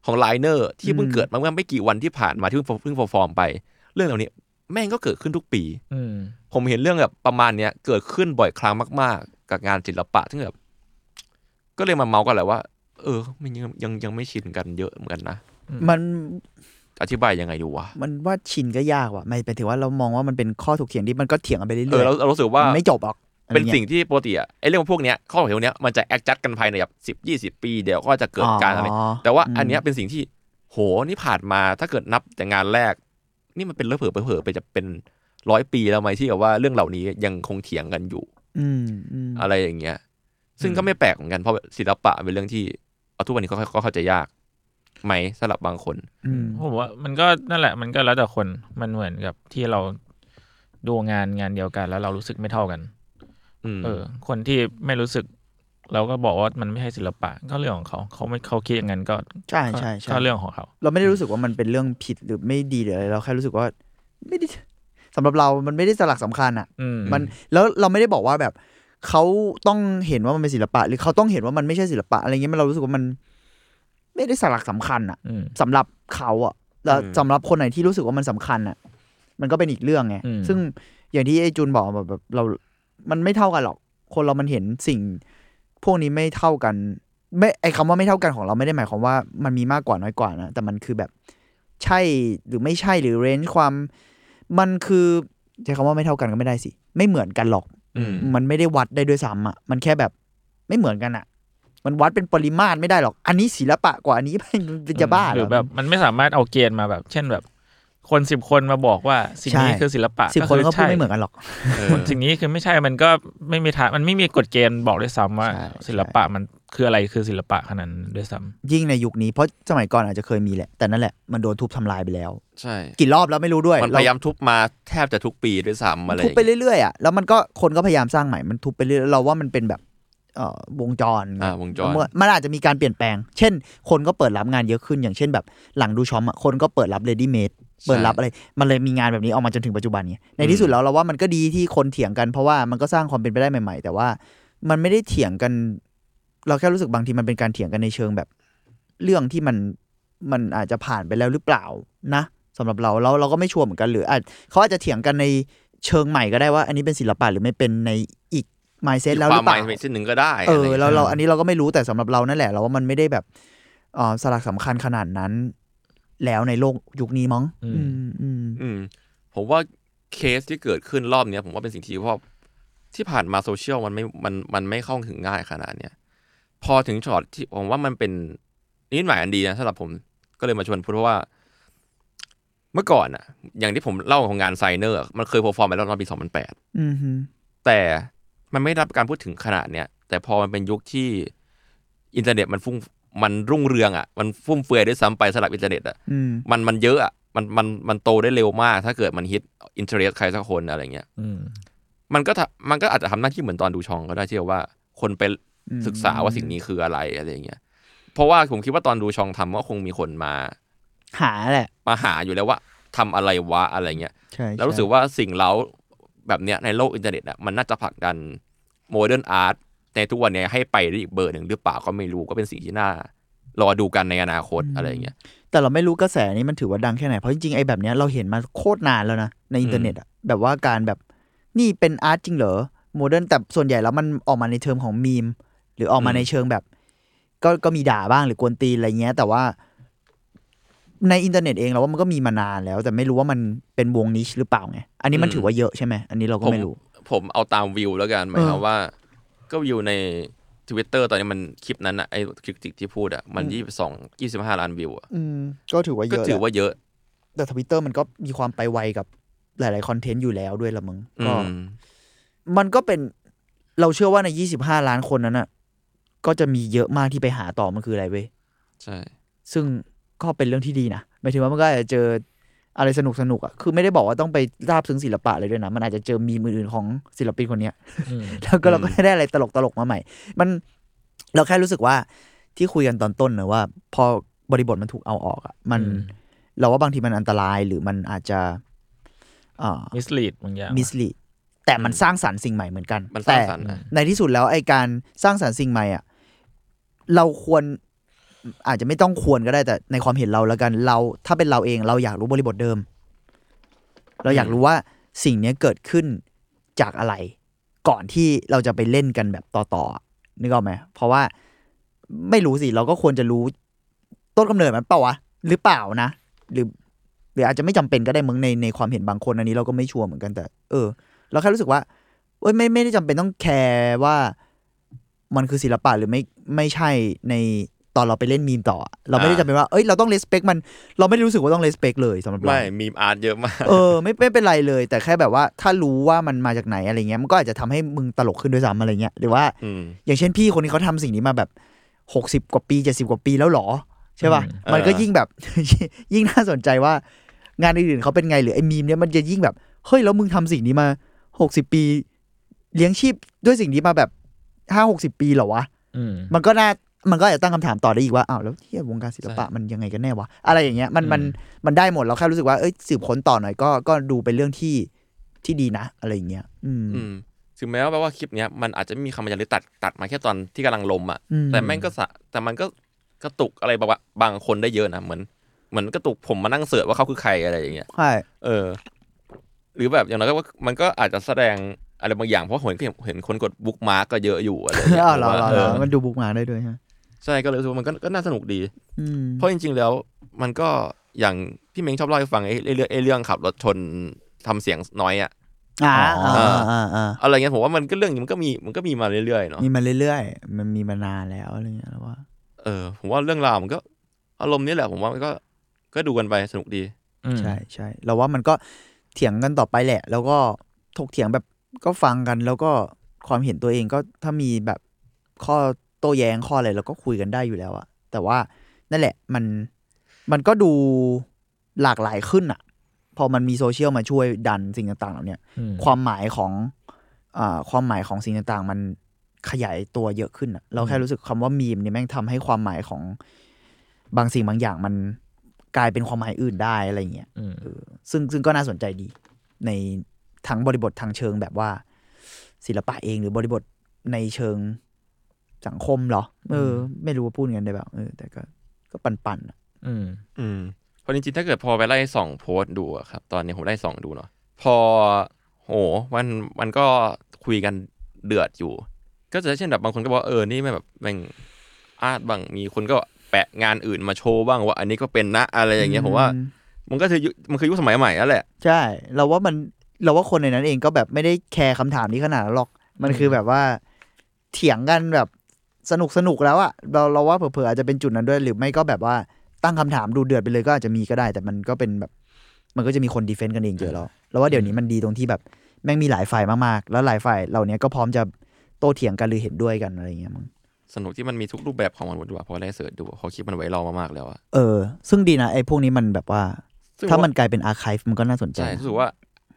[SPEAKER 3] ของไลเนอร์ที่เพิ่งเกิดมาเมื่อไม่กี่วันที่ผ่านมาที่เพิ่งเพิ่งฟอร์มไป เรื่องเหล่านี้แม่งก็เกิดขึ้นทุกปี
[SPEAKER 2] อืม
[SPEAKER 3] ผมเห็นเรื่องแบบประมาณเนี้ยเกิดขึ้นบ่อยครั้งมาก ๆ กับงานศิลปะที่แบบก็เลยมาเมาส์กันแหละว่า เออ มันยังยังยังไม่ชินกันเยอะเหมือนกันนะ
[SPEAKER 4] มัน
[SPEAKER 3] อธิบายยังไงดีวะ
[SPEAKER 4] มันว่าชินก็ยากว่ะไม่เป็นถือว่าเรามองว่ามันเป็นข้อถกเถียงที่มันก็เถียงกันไปเรื่อย
[SPEAKER 3] เออเราเรารู้สึกว่า
[SPEAKER 4] มันไม่จบหรอกอะไร
[SPEAKER 3] เป็น
[SPEAKER 4] งี้ย
[SPEAKER 3] สิ่งที่ปกติอะไอเรื่องพวกเนี้ยข้อถกเถียงพวกเนี้ยมันจะแอคจัดกันภายในแบบสิบยี่สิบปีเดี๋ยวก็จะเกิดการอะไร แต่ว่าอันเนี้ยเป็นสิ่งที่โหนี่ผ่านมาถ้าเกิดนับแต่งานแรก นี่มันเป็นเลือเผลอๆเผลอๆไปจะเป็นร้อยปีแล้วไหมที่แบบว่าเรื่องเหล่านี้ยังคงเถียงกันอยู่
[SPEAKER 4] อืมอืม
[SPEAKER 3] อะไรอย่างเงี้ย ซึ่งก็ไม่แปลกเหมือนกัน เพราะศิลปะเป็นเรื่องที่เอาทุกวันนี้ก็ก็เข้าใจยาก ไหมสำหรับบางคน
[SPEAKER 4] อืม
[SPEAKER 2] ผมว่ามันก็นั่นแหละ มันก็แล้วแต่คนมันเหมือนกับที่เราดูงานงานเดียวกัน แล้วเรารู้สึกไม่เท่ากัน
[SPEAKER 3] อืม
[SPEAKER 2] เออ คนที่ไม่รู้สึก เราก็บอกว่ามันไม่ใช่ศิลปะก็เรื่องของเขาเขาไม่เขาคิดอย่างนั้นก็
[SPEAKER 4] ใช่
[SPEAKER 2] ก็
[SPEAKER 4] ใช่ใช่
[SPEAKER 2] ก็เรื่องของเขา
[SPEAKER 4] เราไม่ได้รู้สึกว่ามันเป็นเรื่องผิดหรือไม่ดีหรืออะไรเราแค่รู้สึกว่า ไม่ได้สำหรับเรามันไม่ได้สลักสำคัญอ่ะ
[SPEAKER 2] อืม
[SPEAKER 4] มันแล้วเราไม่ได้บอกว่าแบบเขาต้องเห็นว่ามันเป็นศิลปะ หรือเขาต้องเห็นว่ามันไม่ใช่ศิลปะอะไรเงี้ยมันเรารู้สึกว่ามัน ไม่ได้สลักสำคัญอ่ะ
[SPEAKER 2] อืม
[SPEAKER 4] สำหรับเขาอะแล้วสำหรับคนไหนที่รู้สึกว่ามันสำคัญอะมันก็เป็นอีกเรื่องไง
[SPEAKER 2] อืม
[SPEAKER 4] ซึ่งอย่างที่ไอจูนบอกแบบแบบเรา มันไม่เท่ากันหรอก คนเรามันเห็นสิ่ง พวกนี้ไม่เท่ากัน ไม่ไอคำว่าไม่เท่ากันของเราไม่ได้หมายความว่ามันมีมากกว่าน้อยกว่านะแต่มันคือแบบใช่หรือไม่ใช่หรือเรนจ์ความ มันคือใช้คำว่าไม่เท่ากันก็ไม่ได้สิ ไม่เหมือนกันหรอก
[SPEAKER 3] อืม
[SPEAKER 4] มันไม่ได้วัดได้ด้วยซ้ำอ่ะ มันแค่แบบไม่เหมือนกันอ่ะ มันวัดเป็นปริมาตรไม่ได้หรอก อันนี้ศิลปะกว่าอันนี้ มันจะบ้า
[SPEAKER 2] ห
[SPEAKER 4] เหร
[SPEAKER 2] รือ
[SPEAKER 4] อ
[SPEAKER 2] แบบมันไม่สามารถเอาเกณฑ์มาแบบ เช่นแบบ คนสิบคนมาบอกว่าสิ่งนี้
[SPEAKER 4] ใช่
[SPEAKER 2] คือศิลปะ
[SPEAKER 4] สิบคนก็
[SPEAKER 2] อ
[SPEAKER 4] พูด
[SPEAKER 2] ใช่
[SPEAKER 4] ไม่เหมือนกันหรอก
[SPEAKER 3] เออ
[SPEAKER 2] สิ่งนี้คือไม่ใช่มันก็ไม่มีทางมันไม่มีกฎเกณฑ์บอกด้วยซ้ำว่า
[SPEAKER 4] ใช่
[SPEAKER 2] ศิลปะมันคืออะไรคือศิลปะขนาดนั้นด้วยซ้
[SPEAKER 4] ยิ่งในยุคนี้เพราะสมัยก่อนอาจจะเคยมีแหละ แต่นั่นแหละมันโดนทุบทำลายไปแล้ว
[SPEAKER 3] ใช่
[SPEAKER 4] กี่รอบแล้วไม่รู้ด้วย
[SPEAKER 3] มันพยายามทุบมาแทบจะทุกปีด้วยซ้ำ
[SPEAKER 4] เรา
[SPEAKER 3] อะไรอ
[SPEAKER 4] ทุบ
[SPEAKER 3] ย่าง
[SPEAKER 4] ไป
[SPEAKER 3] เงี้ย
[SPEAKER 4] เรื่อยๆอ่ะแล้วมันก็คนก็พยายามสร้างใหม่มันทุบไปเรื่อยเราว่ามันเป็นแบบเอ่อวงจร
[SPEAKER 3] อ่าวงจร
[SPEAKER 4] มันมันอาจจะมีการเปลี่ยนแปลง เช่น คนก็เปิดรับงานเยอะขึ้น อย่างเช่นแบบหลังดูช็อมอ่ะคนก็เปิดรับเลดี้เมดเปิดรับอะไรมันเลยมีงานแบบนี้ออกมาจนถึงปัจจุบันไงในที่สุดแล้วเราว่ามันก็ดีที่คนเถียงกันเพราะว่ามันก็สร้างความเป็นไปได้ใหม่ ๆ แต่ว่ามันไม่ได้เถียงกัน เราแค่รู้สึกบางทีมันเป็นการเถียงกันในเชิงแบบ เรื่องที่มันมันอาจจะผ่านไปแล้วหรือเปล่านะสำหรับเราเราเราก็ไม่ชัวร์เหมือนกันหรืออาจเขาอาจจะเถียงกันในเชิงใหม่ก็ได้ว่า อันนี้เป็นศิลปะหรือไม่เป็นในอีก mindset แล้วห
[SPEAKER 3] ค
[SPEAKER 4] รื
[SPEAKER 3] วาม
[SPEAKER 4] อ
[SPEAKER 3] หมา
[SPEAKER 4] เปล่าย
[SPEAKER 3] เป็นเส้นหนึ่งก็ได้
[SPEAKER 4] เอ
[SPEAKER 3] อะไร
[SPEAKER 4] อ
[SPEAKER 3] อย่าง
[SPEAKER 4] เรา
[SPEAKER 3] เงี้ย
[SPEAKER 4] เราอันนี้เราก็ไม่รู้แต่สำหรับเรานั่นแหละเราว่ามันไม่ได้แบบเอ่อสลักสำคัญขนาดนั้น แล้วในโลกยุคนี้มั้งอืมอืม
[SPEAKER 3] อืมผมว่าเคสที่เกิดขึ้นรอบเนี้ยผมว่าเป็นสิ่งที่เพราะที่ผ่านมาโซเชียลมันไม่มันมันไม่เข้าถึงง่ายขนาดเนี้ยพอถึงช็อตที่ผมว่ามันเป็นนี่หมายอันดีนะสำหรับผมก็เลยมาชวนพูดเพราะว่า เมื่อก่อนอะอย่างที่ผมเล่าของงานไซเนอร์อะมันเคยพอฟอร์มไปแล้วตอนปีสองพันแปด
[SPEAKER 4] อืมฮึ
[SPEAKER 3] แต่มันไม่ได้รับการพูดถึงขนาดเนี้ยแต่พอมันเป็นยุคที่อินเทอร์เน็ตมันฟุ่งมันรุ่งเรืองอ่ะมันฟุ่มเฟือยด้วยซ้ำไปสำหรับอินเทอร์เน็ตอ่ะ
[SPEAKER 4] อืม
[SPEAKER 3] มันมันเยอะอ่ะมันมันมันโตได้เร็วมาก ถ้าเกิดมันฮิตอินเทอร์เน็ตใครสักคนอะไรเงี้ย
[SPEAKER 2] ำอืม
[SPEAKER 3] มันก็ทำมันก็อาจจะทำหน้าที่เหมือนตอนดูช่องก็ได้ที่แบบว่า คนไป
[SPEAKER 4] อืม
[SPEAKER 3] ศึกษาว่าสิ่งนี้คืออะไรอะไรเงี้ย เพราะว่าผมคิดว่าตอนดูชองทำก็คงมีคนมา
[SPEAKER 4] หาแหละ
[SPEAKER 3] มาหาอยู่แล้วว่าทำอะไรวะอะไรเงี้ย
[SPEAKER 4] ใช่
[SPEAKER 3] แล้วรู้สึกว่าสิ่งเล้าแบบเนี้ยในโลกอินเทอร์เน็ตอ่ะมันน่าจะผลักดันโมเดิร์นอาร์ตในทุกวันเนี้ยให้ไปได้อีกเบอร์หนึ่งหรือเปล่าก็ไม่รู้ก็เป็นสิ่งที่น่ารอดูกันในอนาคตอะไรอย่างเงี้ย
[SPEAKER 4] แต่เราไม่รู้กระแสนี้มันถือว่าดังแค่ไหน เพราะจริงๆไอ้แบบเนี้ยเราเห็นมาโคตรนานแล้วนะในอินเทอร์เน็ตอะแบบว่าการแบบนี่เป็นอาร์ตจริงเหรอโมเดิร์นแต่ส่วนใหญ่แล้วมันออกมาในเทอมของมีม หรือออกมา
[SPEAKER 3] อืม
[SPEAKER 4] ในเชิงแบบ ก็ก็มีด่าบ้างหรือกวนตีนอะไรเงี้ย แต่ว่าในอินเทอร์เน็ตเองเราว่ามันก็มีมานานแล้ว แต่ไม่รู้ว่ามันเป็นวงนิชหรือเปล่าไงอันนี้มันถือว่าเยอะใช่ไหมอันนี้เราก็ไม่รู้
[SPEAKER 3] ผมเอาตามวิวแล้วกันหมายความว่า ก็วิวใน Twitter ตอนนี้มันคลิปนั้นอะไอ้คลิปที่พูดอะมันยี่สิบสองยี่สิบห้าล้านวิวอะ
[SPEAKER 4] อืมก็ถือว่าเย
[SPEAKER 3] ก็
[SPEAKER 4] อะ
[SPEAKER 3] ถือ
[SPEAKER 4] แหละ
[SPEAKER 3] ว่าเยอะ
[SPEAKER 4] แต่ทวิตเตอร์มันก็มีความไปไวกับหลายๆคอนเทนต์อยู่แล้วด้วยละมึง
[SPEAKER 3] อื
[SPEAKER 4] ก็
[SPEAKER 3] ม
[SPEAKER 4] มันก็เป็นเราเชื่อว่าใน 25 ล้านคนนั้นอ่ะ ก็จะมีเยอะมากที่ไปหาต่อมันคืออะไรเว้ย
[SPEAKER 3] ใช่
[SPEAKER 4] ซึ่งก็เป็นเรื่องที่ดีนะหมายถึงว่ามันก็อาจจะเจออะไรสนุกสนุกๆอ่ะคือไม่ได้บอกว่าต้องไปราบซึ้งศิลปะเลยด้วยนะ มันอาจจะเจอมีมอื่นๆของศิลปินคนเนี้ย
[SPEAKER 2] อืม
[SPEAKER 4] แล้วก็เราก็ได้อะไรตลกตลกๆมาใหม่ มันเราแค่รู้สึกว่าที่คุยกันตอนต้นเนอะว่า พอบริบทมันถูกเอาออกอ่ะมัน
[SPEAKER 2] อืม
[SPEAKER 4] เราว่าบางทีมันอันตรายหรือมันอาจจะเอ่อ
[SPEAKER 2] มิสลีดบางอย่าง
[SPEAKER 4] มิสลีดแต่มันสร้างสรรค์สิ่งใหม่เหมือนกัน
[SPEAKER 3] มันสร้างสรร
[SPEAKER 4] แต่
[SPEAKER 3] ค์นะ
[SPEAKER 4] ในที่สุดแล้วไอการสร้างสรรค์สิ่งใหม่อ่ะเราควรอาจจะไม่ต้องควรก็ได้แต่ในความเห็นเราแล้วกันเรา ถ้าเป็นเราเองเราอยากรู้บริบทเดิม เราอยากรู้ว่าสิ่งเนี้ยเกิดขึ้นจากอะไร ก่อนที่เราจะไปเล่นกันแบบต่อๆอะนึกออกไหมเพราะว่าไม่รู้สิเราก็ควรจะรู้ต้นกำเนิดมันเปล่าวะหรือเปล่านะ หรือ หรืออาจจะไม่จำเป็นก็ได้มึงในในความเห็นบางคนอันนี้เราก็ไม่ชัวร์เหมือนกันแต่ เออ เราแค่รู้สึกว่าเอ้ยไม่ไม่ได้จำเป็นต้องแคร์ว่ามันคือศิลปะหรือไม่ไม่ใช่ในตอนเราไปเล่นมีมต่ออะเราไม่ได้จำเป็นว่าเอ้ยเราต้องเลสเปคมันเราไม่ได้รู้สึกว่าต้องเลสเปคเลยสำหรับเรา
[SPEAKER 3] ไม่มีมอาร์ตเยอะมาก
[SPEAKER 4] เออไม่ไม่เป็นไรเลย แต่แค่แบบว่าถ้ารู้ว่ามันมาจากไหนอะไรเงี้ยมันก็อาจจะทำให้มึงตลกขึ้นด้วยซ้ำอะไรเงี้ยหรือว่า
[SPEAKER 3] อืม
[SPEAKER 4] อย่างเช่นพี่คนนี้เขาทำสิ่งนี้มาแบบหกสิบกว่าปีเจ็ดสิบกว่าปีแล้วเหรอ ใช่ป่ะ
[SPEAKER 3] อืม
[SPEAKER 4] มันก็
[SPEAKER 3] เออ
[SPEAKER 4] ยิ่งแบบ ยิ่งน่าสนใจว่างานอื่นๆเขาเป็นไงหรือไอ้มีมเนี่ยมันจะยิ่งแบบเฮ้ยแล้วมึงทำสิ่งนี้มาหกสิบปี เลี้ยงชีพด้วยสิ่งนี้มาแบบห้าหกสิบปีเหรอวะ
[SPEAKER 2] อืม
[SPEAKER 4] มันก็น่า มันก็อาจจะตั้งคำถามต่อได้อีกว่า อ้าวแล้วเที่ยวงการศิลปะมันยังไงกันแน่วะ อะไรอย่างเงี้ย มัน มัน
[SPEAKER 2] อืม
[SPEAKER 4] มันได้หมด เราแค่รู้สึกว่า เอ้ย สืบค้นต่อหน่อยก็ ก็ดูเป็นเรื่องที่ ที่ดีนะ อะไรอย่างเงี้ย อืม
[SPEAKER 3] อืมถึงแม้ว่าแปลว่าคลิปเนี้ยมันอาจจะไม่มีคำบรรยายหรือตัดตัดมาแค่ตอนที่กำลังลมอ่ะ
[SPEAKER 4] อืม
[SPEAKER 3] แต่แม่งก็สะแต่มันก็กระตุกอะไรบางวะบางคนได้เยอะนะเหมือนเหมือนกระตุกผมมานั่งเสิร์ชว่าเขาคือใครอะไรอย่างเงี้ย
[SPEAKER 4] ใช่
[SPEAKER 3] เออ หรือแบบอย่างน้อยก็ว่ามันก็อาจจะแสดงอะไรบางอย่างเพราะเห็นเห็นเห็นคนกดบุ๊กมาร์กก็เยอะอยู่อะไรอย่างเงี้ย
[SPEAKER 4] อ้าวเหรา
[SPEAKER 3] ผม
[SPEAKER 4] เห
[SPEAKER 3] ว่าเอ
[SPEAKER 4] ราเหรา
[SPEAKER 3] อ
[SPEAKER 4] มันดูบุกมาได้ด้วยฮะ
[SPEAKER 3] ใช่ก็เลยรู้สึกว่ามันก็ก็น่าสนุกดี
[SPEAKER 4] อืม
[SPEAKER 3] เพราะจริง ๆ แล้วมันก็อย่างพี่เม้งชอบเล่าให้ฟังไอ้ไอ้เรื่องไอ้เรื่องขับรถชนทำเสียงน้อยอ่ะ
[SPEAKER 4] อ่า
[SPEAKER 2] อ๋อ
[SPEAKER 4] อ่าอ่าอ่า
[SPEAKER 3] อะไรเงี้ยผมว่ามันก็เรื่องนี้มันก็มีมันก็มีมาเรื่อยๆเนาะ
[SPEAKER 4] มีมาเรื่อยๆ มันมีมานานแล้วอะไรเงี้ยแล้วว่า
[SPEAKER 3] เออผมว่าเรื่องราวมันก็อารมณ์นี้แหละผมว่ามันก็ก็ดูกันไปสนุกดี
[SPEAKER 2] อืม
[SPEAKER 4] ใช่ใช่เราว่ามันก็เถียงกันต่อไปแหละ แล้วก็ถกเถียงแบบก็ฟังกัน แล้วก็ความเห็นตัวเองก็ถ้ามีแบบข้อโต้แย้งข้ออะไรเราก็คุยกันได้อยู่แล้วอะแต่ว่านั่นแหละมันมันก็ดูหลากหลายขึ้นอะพอมันมีโซเชียลมาช่วยดันสิ่งต่างๆเหล่าเนี้ย
[SPEAKER 2] อืม
[SPEAKER 4] ความหมายของอาความหมายของสิ่งต่างๆ มันขยายตัวเยอะขึ้นอะเราแค่รู้สึกคำว่ามีมเนี่ยแม่งทำให้ความหมายของบางสิ่งบางอย่างมันกลายเป็นความหมายอื่นได้อะไรอย่างเงี้ย
[SPEAKER 2] อืม
[SPEAKER 4] เออซึ่งซึ่งก็น่าสนใจดี ในทั้งบริบททางเชิงแบบว่า ศิลปะเองหรือบริบทในเชิงสังคมเหรอ เออ ไม่รู้ว่าพูดกันได้แบบเออ แต่ก็ก็ปันๆอะ
[SPEAKER 2] อืม
[SPEAKER 3] อืมเพราะจริงๆถ้าเกิดพอไปไล่ส่องโพสต์ดูอะครับ ตอนนี้ผมไล่ส่องดูเนาะพอโหมันมันก็คุยกันเดือดอยู่ ก็จะเช่นแบบบางคนก็บอกว่าเออนี่แม่งแบบแม่งอาดบางมีคนก็แปะงานอื่นมาโชว์บ้างว่า อันนี้ก็เป็นนะอะไรอย่างเงี้ยผมว่า
[SPEAKER 4] อืม
[SPEAKER 3] มันก็คือยุมันคือยุคสมัยใหม่แล้วแหละ
[SPEAKER 4] ใช่ เราว่ามันเราว่าคนในนั้นเองก็แบบไม่ได้แคร์คำถามนี้ขนาดนั้นหรอก มันคือแบบว่าเถียงกันแบบสนุกสนุกแล้วอะเราเราว่าเผลอๆอาจจะเป็นจุดนั้นด้วย หรือไม่ก็แบบว่าตั้งคำถามดูเดือดไปเลยก็อาจจะมีก็ได้ แต่มันก็เป็นแบบ มันก็จะมีคนดีเฟนต์กันเองเยอะแล้วเราว่าเดี๋ยวนี้มันดีตรงที่แบบแม่งมีหลายฝ่ายมากๆ แล้วหลายฝ่ายเหล่านี้ก็พร้อมจะโต้เถียงกันหรือเห็นด้วยกันอะไรอย่างเงี้ยมั้ง
[SPEAKER 3] สนุกที่มันมีทุกรูปแบบของมันหมดดูอะพอไล่เสิร์ชดูอะพอคลิปมันไวรัลมากๆแล้วอะ
[SPEAKER 4] เออ ซึ่งดีนะไอ้พวกนี้มันแบบว่า
[SPEAKER 3] ซึ่ง
[SPEAKER 4] ถ้า
[SPEAKER 3] ผ
[SPEAKER 4] มันกลายเป็นอาร์คีฟมันก็น่าสนใจ
[SPEAKER 3] ใช่รู้สึกว่า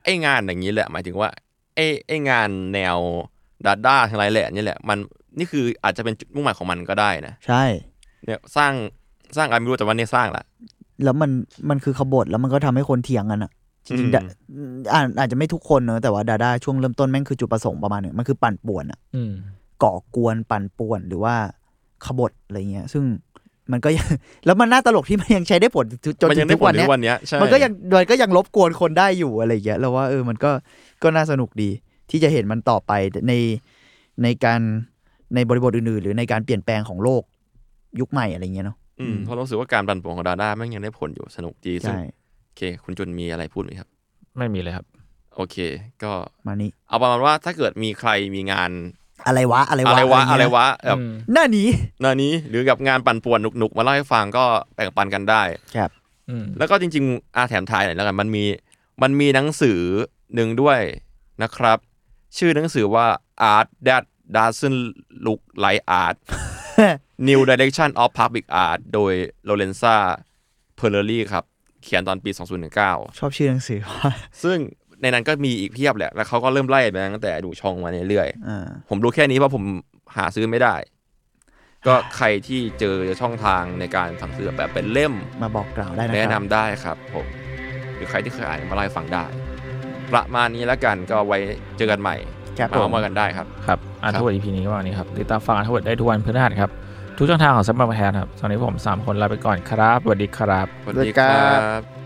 [SPEAKER 3] ไอ้งานอย่างนี้แหละ หมายถึงว่าไอ้ไอ้งานแนวดาด้าทั้งหลายแหล่นี่แหละ มันนี่คืออาจจะเป็นจุดมุ่งหมายของมันก็ได้นะ
[SPEAKER 4] ใช่
[SPEAKER 3] เนี่ยสร้างสร้างอะไรไม่รู้แต่ว่าเนี่ยสร้างละ
[SPEAKER 4] แล้วมันมันคือขบฏแล้วมันก็ทำให้คนเถียงกันอะจริงๆดะอ่าอาจจะไม่ทุกคนเนอะแต่ว่าดาด้าช่วงเริ่มต้นแม่งคือจุดประสงค์ประมาณหนึ่งมันคือปั่นป่วนอะ
[SPEAKER 2] อืม
[SPEAKER 4] ก่อกวนปั่นป่วนหรือว่าขบฏอะไรเงี้ย ซึ่งมันก็ยัง แล้วมันน่าตลกที่มันยังใช้ได้ผลจน
[SPEAKER 3] มัน
[SPEAKER 4] ถึ
[SPEAKER 3] ยัง
[SPEAKER 4] ง
[SPEAKER 3] ได้
[SPEAKER 4] ทุก
[SPEAKER 3] ผ
[SPEAKER 4] วั
[SPEAKER 3] ล
[SPEAKER 4] น
[SPEAKER 3] ถึ
[SPEAKER 4] เนี้ย
[SPEAKER 3] งวันเนี้ยใช่
[SPEAKER 4] มันก็ยังมันก็ยังรบกวนคนได้อยู่อะไรอย่างเงี้ยเราว่าเออมันก็ก็น่าสนุกดีที่จะเห็นมันต่อไปในในการในบริบทอื่นๆ หรือในการเปลี่ยนแปลงของโลกยุคใหม่อะไรเงี้ยเนาะ
[SPEAKER 3] อืมเพราะรู้สึกว่าการปั่นป่วนของดาด้าแม่งยังได้ผลอยู่สนุกดีซึ่ง
[SPEAKER 4] ใช่
[SPEAKER 3] โอเค คุณจุนมีอะไรพูดไหมครับ
[SPEAKER 2] ไม่มีเลยครับ
[SPEAKER 3] โอเค ก็
[SPEAKER 4] มานี้
[SPEAKER 3] เอาประมาณว่าถ้าเกิดมีใครมีงาน
[SPEAKER 4] อะไรวะอะไรวะ
[SPEAKER 3] อะไรวะ
[SPEAKER 4] เงี้ย
[SPEAKER 3] อะไรวะแบบ
[SPEAKER 2] อืม
[SPEAKER 4] หน้านี้
[SPEAKER 3] หน้านี้หรือกับงานปั่นป่วนหนุกๆ มาเล่าให้ฟังก็แบ่งปันกันได้
[SPEAKER 2] อืม
[SPEAKER 3] แล้วก็จริงๆอาแถมทายหน่อยแล้วกันมันมีมันมีหนังสือหนึ่งด้วยนะครับ ชื่อหนังสือว่า Art That Doesn't Look Like Art New Direction of Public Art โดยโลเรนซ่าเพอร์เรลี่ครับ เขียนตอนปี 2019
[SPEAKER 4] ชอบชื่อหนังสือ ว่า
[SPEAKER 3] ซึ่งในนั้นก็มีอีกเพียบแหละ แล้วเขาก็เริ่มไล่มาตั้งแต่ดูช่องมาเรื่อยๆ
[SPEAKER 4] อ่า
[SPEAKER 3] ผมรู้แค่นี้เพราะผมหาซื้อไม่ได้ ก็ใครที่เจอช่องทางในการสั่งซื้อแบบเป็นเล่ม
[SPEAKER 4] มาบอกกล่าวได้นะ
[SPEAKER 3] แนะครับ นำได้ครับผมหรือใครที่เคยอ่านมาไล่าให้ฟังได้ ประมาณนี้แล้วกันก็ไว้เจอกันใหม่
[SPEAKER 4] ครับ
[SPEAKER 3] มา
[SPEAKER 4] ผ
[SPEAKER 3] เอา
[SPEAKER 4] ม
[SPEAKER 3] มากันได้ครับ
[SPEAKER 2] ครับอาร์ทเวิร์ดอีพีนี้ก็วันนี้ครับติดตามฟังอาร์ทเวิร์ดได้ทุกวันพฤหัสครับ ทุกช่องทางของซัมบัมแพนครับตอนนี้ผมสามคนลาไปก่อนครับสวัสดีครับ
[SPEAKER 3] สวัสดีครับ